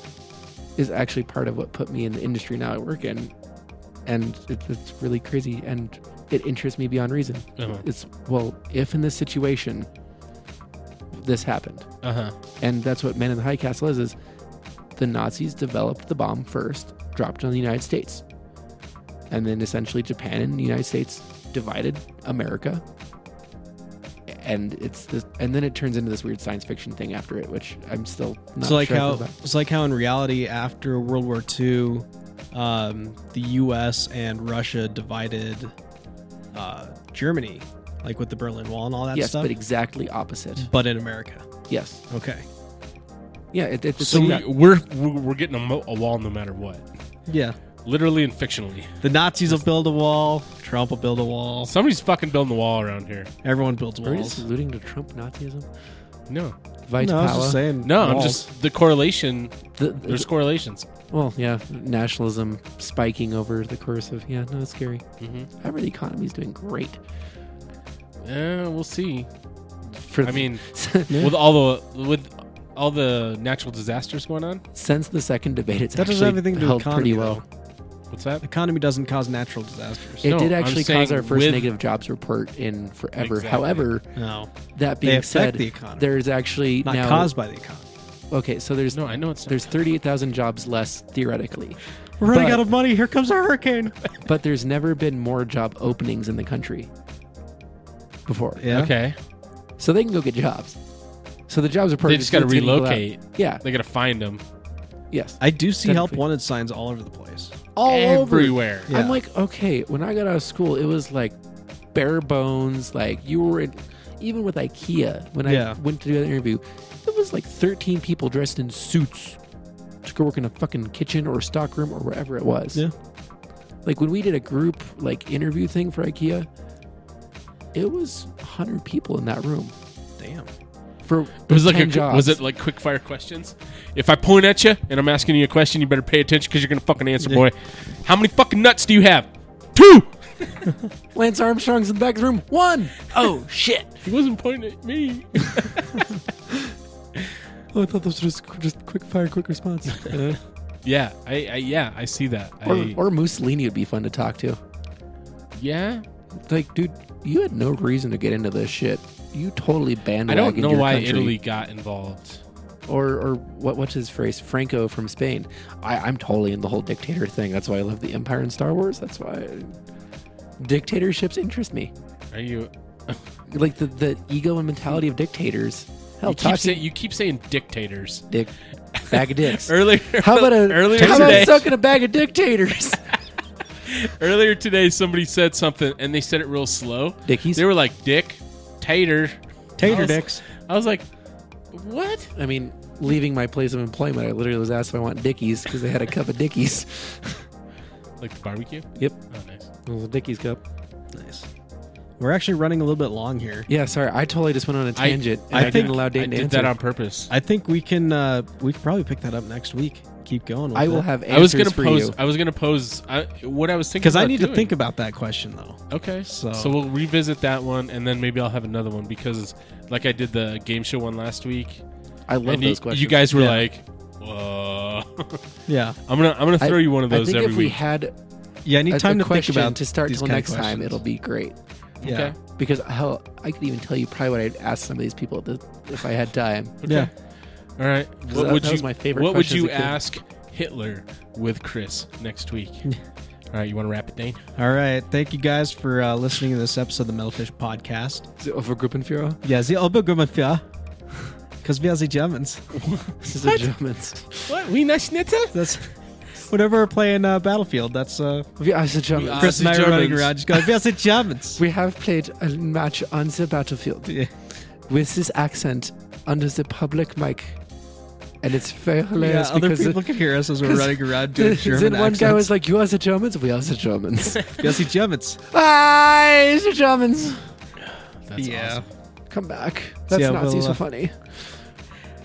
Speaker 3: is actually part of what put me in the industry now I work in, and it, it's really crazy and it interests me beyond reason.
Speaker 2: Uh-huh.
Speaker 3: It's well, if in this situation, this happened,
Speaker 2: Uh-huh.
Speaker 3: and that's what Man in the High Castle is: is the Nazis developed the bomb first, dropped it on the United States, and then essentially Japan and the United States divided America. And it's this, and then it turns into this weird science fiction thing after it, which I'm still not
Speaker 1: so like
Speaker 3: sure I feel
Speaker 1: how
Speaker 3: about.
Speaker 1: it's like how in reality after World War II, um, the U.S. and Russia divided uh, Germany, like with the Berlin Wall and all that
Speaker 3: yes,
Speaker 1: stuff.
Speaker 3: but exactly opposite.
Speaker 1: but in America,
Speaker 3: Yes,
Speaker 1: okay,
Speaker 3: yeah, it, it's
Speaker 2: So
Speaker 3: like
Speaker 2: we,
Speaker 3: that.
Speaker 2: we're, we're we're getting a, mo- a wall no matter what.
Speaker 1: yeah.
Speaker 2: Literally and fictionally.
Speaker 1: The Nazis will build a wall. Trump will build a wall.
Speaker 2: Somebody's fucking building the wall around here.
Speaker 1: Everyone builds
Speaker 3: Are we just
Speaker 1: walls.
Speaker 3: alluding to Trump Nazism?
Speaker 2: No.
Speaker 3: Vitaly.
Speaker 1: no, I was just saying.
Speaker 2: No, I'm
Speaker 1: walls.
Speaker 2: just the correlation.
Speaker 3: The- the-
Speaker 2: There's correlations.
Speaker 3: Well, yeah, nationalism spiking over the course of yeah, no, it's scary.
Speaker 1: Mm-hmm.
Speaker 3: However, the economy's doing great.
Speaker 2: Yeah, we'll see.
Speaker 3: For
Speaker 2: I mean,
Speaker 3: mean,
Speaker 2: with all the with all the natural disasters going on,
Speaker 3: since the second debate, it's
Speaker 1: That doesn't
Speaker 3: actually
Speaker 1: have anything to do with
Speaker 3: held pretty
Speaker 1: economy,
Speaker 3: well.
Speaker 2: what's that?
Speaker 1: economy doesn't cause natural disasters.
Speaker 3: It
Speaker 2: No,
Speaker 3: did
Speaker 2: I'm
Speaker 3: actually
Speaker 2: saying
Speaker 3: cause our first
Speaker 2: with-
Speaker 3: negative jobs report in forever.
Speaker 2: Exactly.
Speaker 3: However,
Speaker 1: no,
Speaker 3: that
Speaker 1: they
Speaker 3: being
Speaker 1: affect
Speaker 3: said,
Speaker 1: the economy,
Speaker 3: there's actually
Speaker 1: not
Speaker 3: now
Speaker 1: caused by the economy.
Speaker 3: okay. So there's
Speaker 2: No, I know it's not.
Speaker 3: there's thirty eight thousand jobs less theoretically,
Speaker 1: We're running
Speaker 3: But-
Speaker 1: out of money. Here comes a hurricane.
Speaker 3: but there's never been more job openings in the country before.
Speaker 1: Yeah.
Speaker 2: okay.
Speaker 3: So they can go get jobs. So the jobs report.
Speaker 2: They just got to
Speaker 3: it's gonna equal out.
Speaker 2: relocate.
Speaker 3: Yeah.
Speaker 2: They got to find them
Speaker 3: Yes.
Speaker 1: I do see help
Speaker 3: Technically.
Speaker 1: wanted signs all over the place.
Speaker 3: All over.
Speaker 2: everywhere.
Speaker 1: Yeah.
Speaker 3: I'm like, okay, when I got out of school, it was like bare bones. Like you were, in, even with IKEA, when
Speaker 1: Yeah.
Speaker 3: I went to do an interview, it was like 13 people dressed in suits to go work in a fucking kitchen or stockroom or wherever it was.
Speaker 1: Yeah.
Speaker 3: Like when we did a group like interview thing for IKEA, it was 100 people in that room
Speaker 1: Damn.
Speaker 3: for
Speaker 2: It was like
Speaker 3: 10
Speaker 2: a,
Speaker 3: jobs.
Speaker 2: was it like quick fire questions? If I point at you and I'm asking you a question, you better pay attention because you're gonna fucking answer,
Speaker 1: Yeah.
Speaker 2: boy. How many fucking nuts do you have? Two.
Speaker 3: Lance Armstrong's in the back of the room? One. Oh shit.
Speaker 2: He wasn't pointing at me.
Speaker 3: Oh, I thought those were just just quick fire, quick response.
Speaker 2: yeah, I, I yeah I see that.
Speaker 3: or,
Speaker 2: I,
Speaker 3: or Mussolini would be fun to talk to.
Speaker 2: yeah,
Speaker 3: Like, dude, you had no reason to get into this shit. You totally bandwagoned.
Speaker 2: I don't know
Speaker 3: your
Speaker 2: why
Speaker 3: country.
Speaker 2: Italy got involved.
Speaker 3: or or what what's his phrase? Franco from Spain. I, I'm totally in the whole dictator thing. That's why I love the Empire and Star Wars. That's why dictatorships interest me.
Speaker 2: Are you?
Speaker 3: Like the the ego and mentality of dictators. Hell,
Speaker 2: You keep,
Speaker 3: talking
Speaker 2: say, you keep saying dictators.
Speaker 3: dick bag of dicks.
Speaker 2: Earlier,
Speaker 3: How about a
Speaker 2: earlier
Speaker 3: how about
Speaker 2: today?
Speaker 3: sucking a bag of dictators?
Speaker 2: Earlier today, somebody said something, and they said it real slow.
Speaker 4: Dickies.
Speaker 2: They were like, "Dick, tater." I
Speaker 1: Tater
Speaker 2: was-
Speaker 1: dicks.
Speaker 2: I was like, "What?"
Speaker 3: I mean, leaving my place of employment, I literally was asked if I want Dickies because they had a cup of Dickies.
Speaker 2: Like the barbecue?
Speaker 3: Yep.
Speaker 2: Oh, nice.
Speaker 4: It was a Dickies cup.
Speaker 1: Nice. We're actually running a little bit long here.
Speaker 3: Yeah, sorry, I totally just went on a
Speaker 2: I-
Speaker 3: tangent. and
Speaker 2: I
Speaker 3: I, didn't
Speaker 2: think
Speaker 3: allow
Speaker 2: I
Speaker 3: Dayton to
Speaker 2: did
Speaker 3: answer.
Speaker 2: that on purpose.
Speaker 1: I think we can uh we could probably pick that up next week. Keep going. With
Speaker 3: I will have answers
Speaker 2: I was gonna
Speaker 3: for
Speaker 2: pose.
Speaker 3: you.
Speaker 2: I was gonna pose I, what I was thinking
Speaker 1: because I
Speaker 2: about
Speaker 1: need to
Speaker 2: doing.
Speaker 1: think about that question though.
Speaker 2: Okay,
Speaker 1: So-
Speaker 2: so we'll revisit that one, and then maybe I'll have another one because, like, I did the game show one last week.
Speaker 3: I love
Speaker 2: and you,
Speaker 3: those questions.
Speaker 2: you guys were
Speaker 1: Yeah.
Speaker 2: like, "Whoa!"
Speaker 1: Yeah.
Speaker 2: I'm gonna I'm gonna
Speaker 3: I-
Speaker 2: throw you one of
Speaker 3: I
Speaker 2: those
Speaker 3: think
Speaker 2: every
Speaker 3: if we
Speaker 2: week.
Speaker 3: had
Speaker 1: Yeah, I
Speaker 3: a,
Speaker 1: need
Speaker 3: a
Speaker 1: time to think
Speaker 3: question
Speaker 1: about
Speaker 3: to start
Speaker 1: these
Speaker 3: till
Speaker 1: kind of
Speaker 3: next time,
Speaker 1: questions.
Speaker 3: it'll be great.
Speaker 1: yeah.
Speaker 2: Okay.
Speaker 3: Because hell, I could even tell you probably what I'd ask some of these people th- if I had time.
Speaker 1: Yeah.
Speaker 2: All right. What
Speaker 3: that-
Speaker 2: would
Speaker 3: that
Speaker 2: you?
Speaker 3: was my favorite
Speaker 2: what would
Speaker 3: question as
Speaker 2: you
Speaker 3: a kid.
Speaker 2: ask Hitler with Chris next week? All right, you want to wrap it, Dane?
Speaker 1: All right. Thank you guys for uh, listening to this episode of the Metalfish Podcast.
Speaker 4: Is it over Gruppenführer?
Speaker 1: Ja, sehr obergemein, ja. Because uh, we are the Germans.
Speaker 3: This is a Germans.
Speaker 2: What? We not schnitzel?
Speaker 1: That's whenever we're playing uh, Battlefield. That's uh,
Speaker 3: We are Ah, the Germans.
Speaker 2: are-
Speaker 1: Chris
Speaker 2: the
Speaker 1: and I are running
Speaker 2: Germans.
Speaker 1: around just going, "We are the Germans."
Speaker 3: We have played a match on the battlefield
Speaker 1: Yeah.
Speaker 3: with this accent under the public mic, and it's very
Speaker 1: Yeah,
Speaker 3: hilarious
Speaker 1: other
Speaker 3: because
Speaker 1: people can hear us as we're
Speaker 3: 'cause
Speaker 1: running around
Speaker 3: the,
Speaker 1: doing German
Speaker 3: then one
Speaker 1: accents.
Speaker 3: guy was like, "You are the Germans. We are the Germans.
Speaker 1: "We are the Germans."
Speaker 3: I the Germans.
Speaker 2: That's
Speaker 1: yeah.
Speaker 2: awesome.
Speaker 3: Come back. That's
Speaker 1: Yeah,
Speaker 3: not
Speaker 1: we'll,
Speaker 3: so
Speaker 1: uh,
Speaker 3: funny.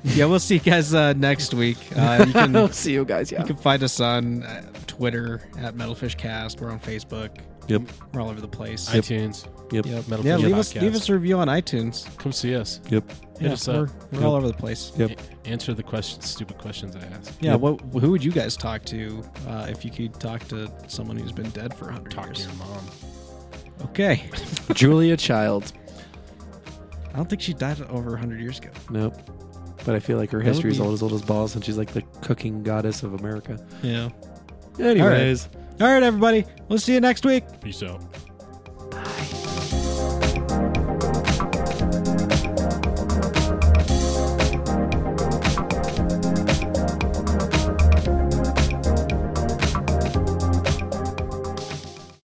Speaker 1: Yeah, we'll see you guys uh, next week. Uh, you can
Speaker 3: I'll
Speaker 1: you
Speaker 3: see you guys. Yeah.
Speaker 1: can find us on uh, Twitter at MetalfishCast. We're on Facebook.
Speaker 4: Yep.
Speaker 1: We're all over the place.
Speaker 2: iTunes.
Speaker 4: Yep.
Speaker 1: Yep.
Speaker 2: Metal
Speaker 1: yeah,
Speaker 2: Fish
Speaker 1: leave us,
Speaker 2: Podcast.
Speaker 1: leave us a review on iTunes.
Speaker 2: Come see us.
Speaker 4: Yep.
Speaker 2: Hit
Speaker 1: yeah,
Speaker 2: us
Speaker 1: we're,
Speaker 2: up.
Speaker 1: we're
Speaker 4: Yep.
Speaker 1: all over the place.
Speaker 4: Yep.
Speaker 2: A- answer the questions, stupid questions I ask.
Speaker 1: Yeah,
Speaker 4: Yep.
Speaker 1: what? Who would you guys talk to uh, if you could talk to someone who's been dead for hundred
Speaker 2: Talk to
Speaker 1: years?
Speaker 2: your mom.
Speaker 1: Okay,
Speaker 3: Julia Child.
Speaker 1: I don't think she died over hundred years ago.
Speaker 4: Nope. But I feel like her
Speaker 1: would
Speaker 4: history is
Speaker 1: be-
Speaker 4: old as old as balls, and she's like the cooking goddess of America.
Speaker 1: Yeah.
Speaker 4: Anyways.
Speaker 1: All right, everybody. We'll see you next week.
Speaker 2: Peace out.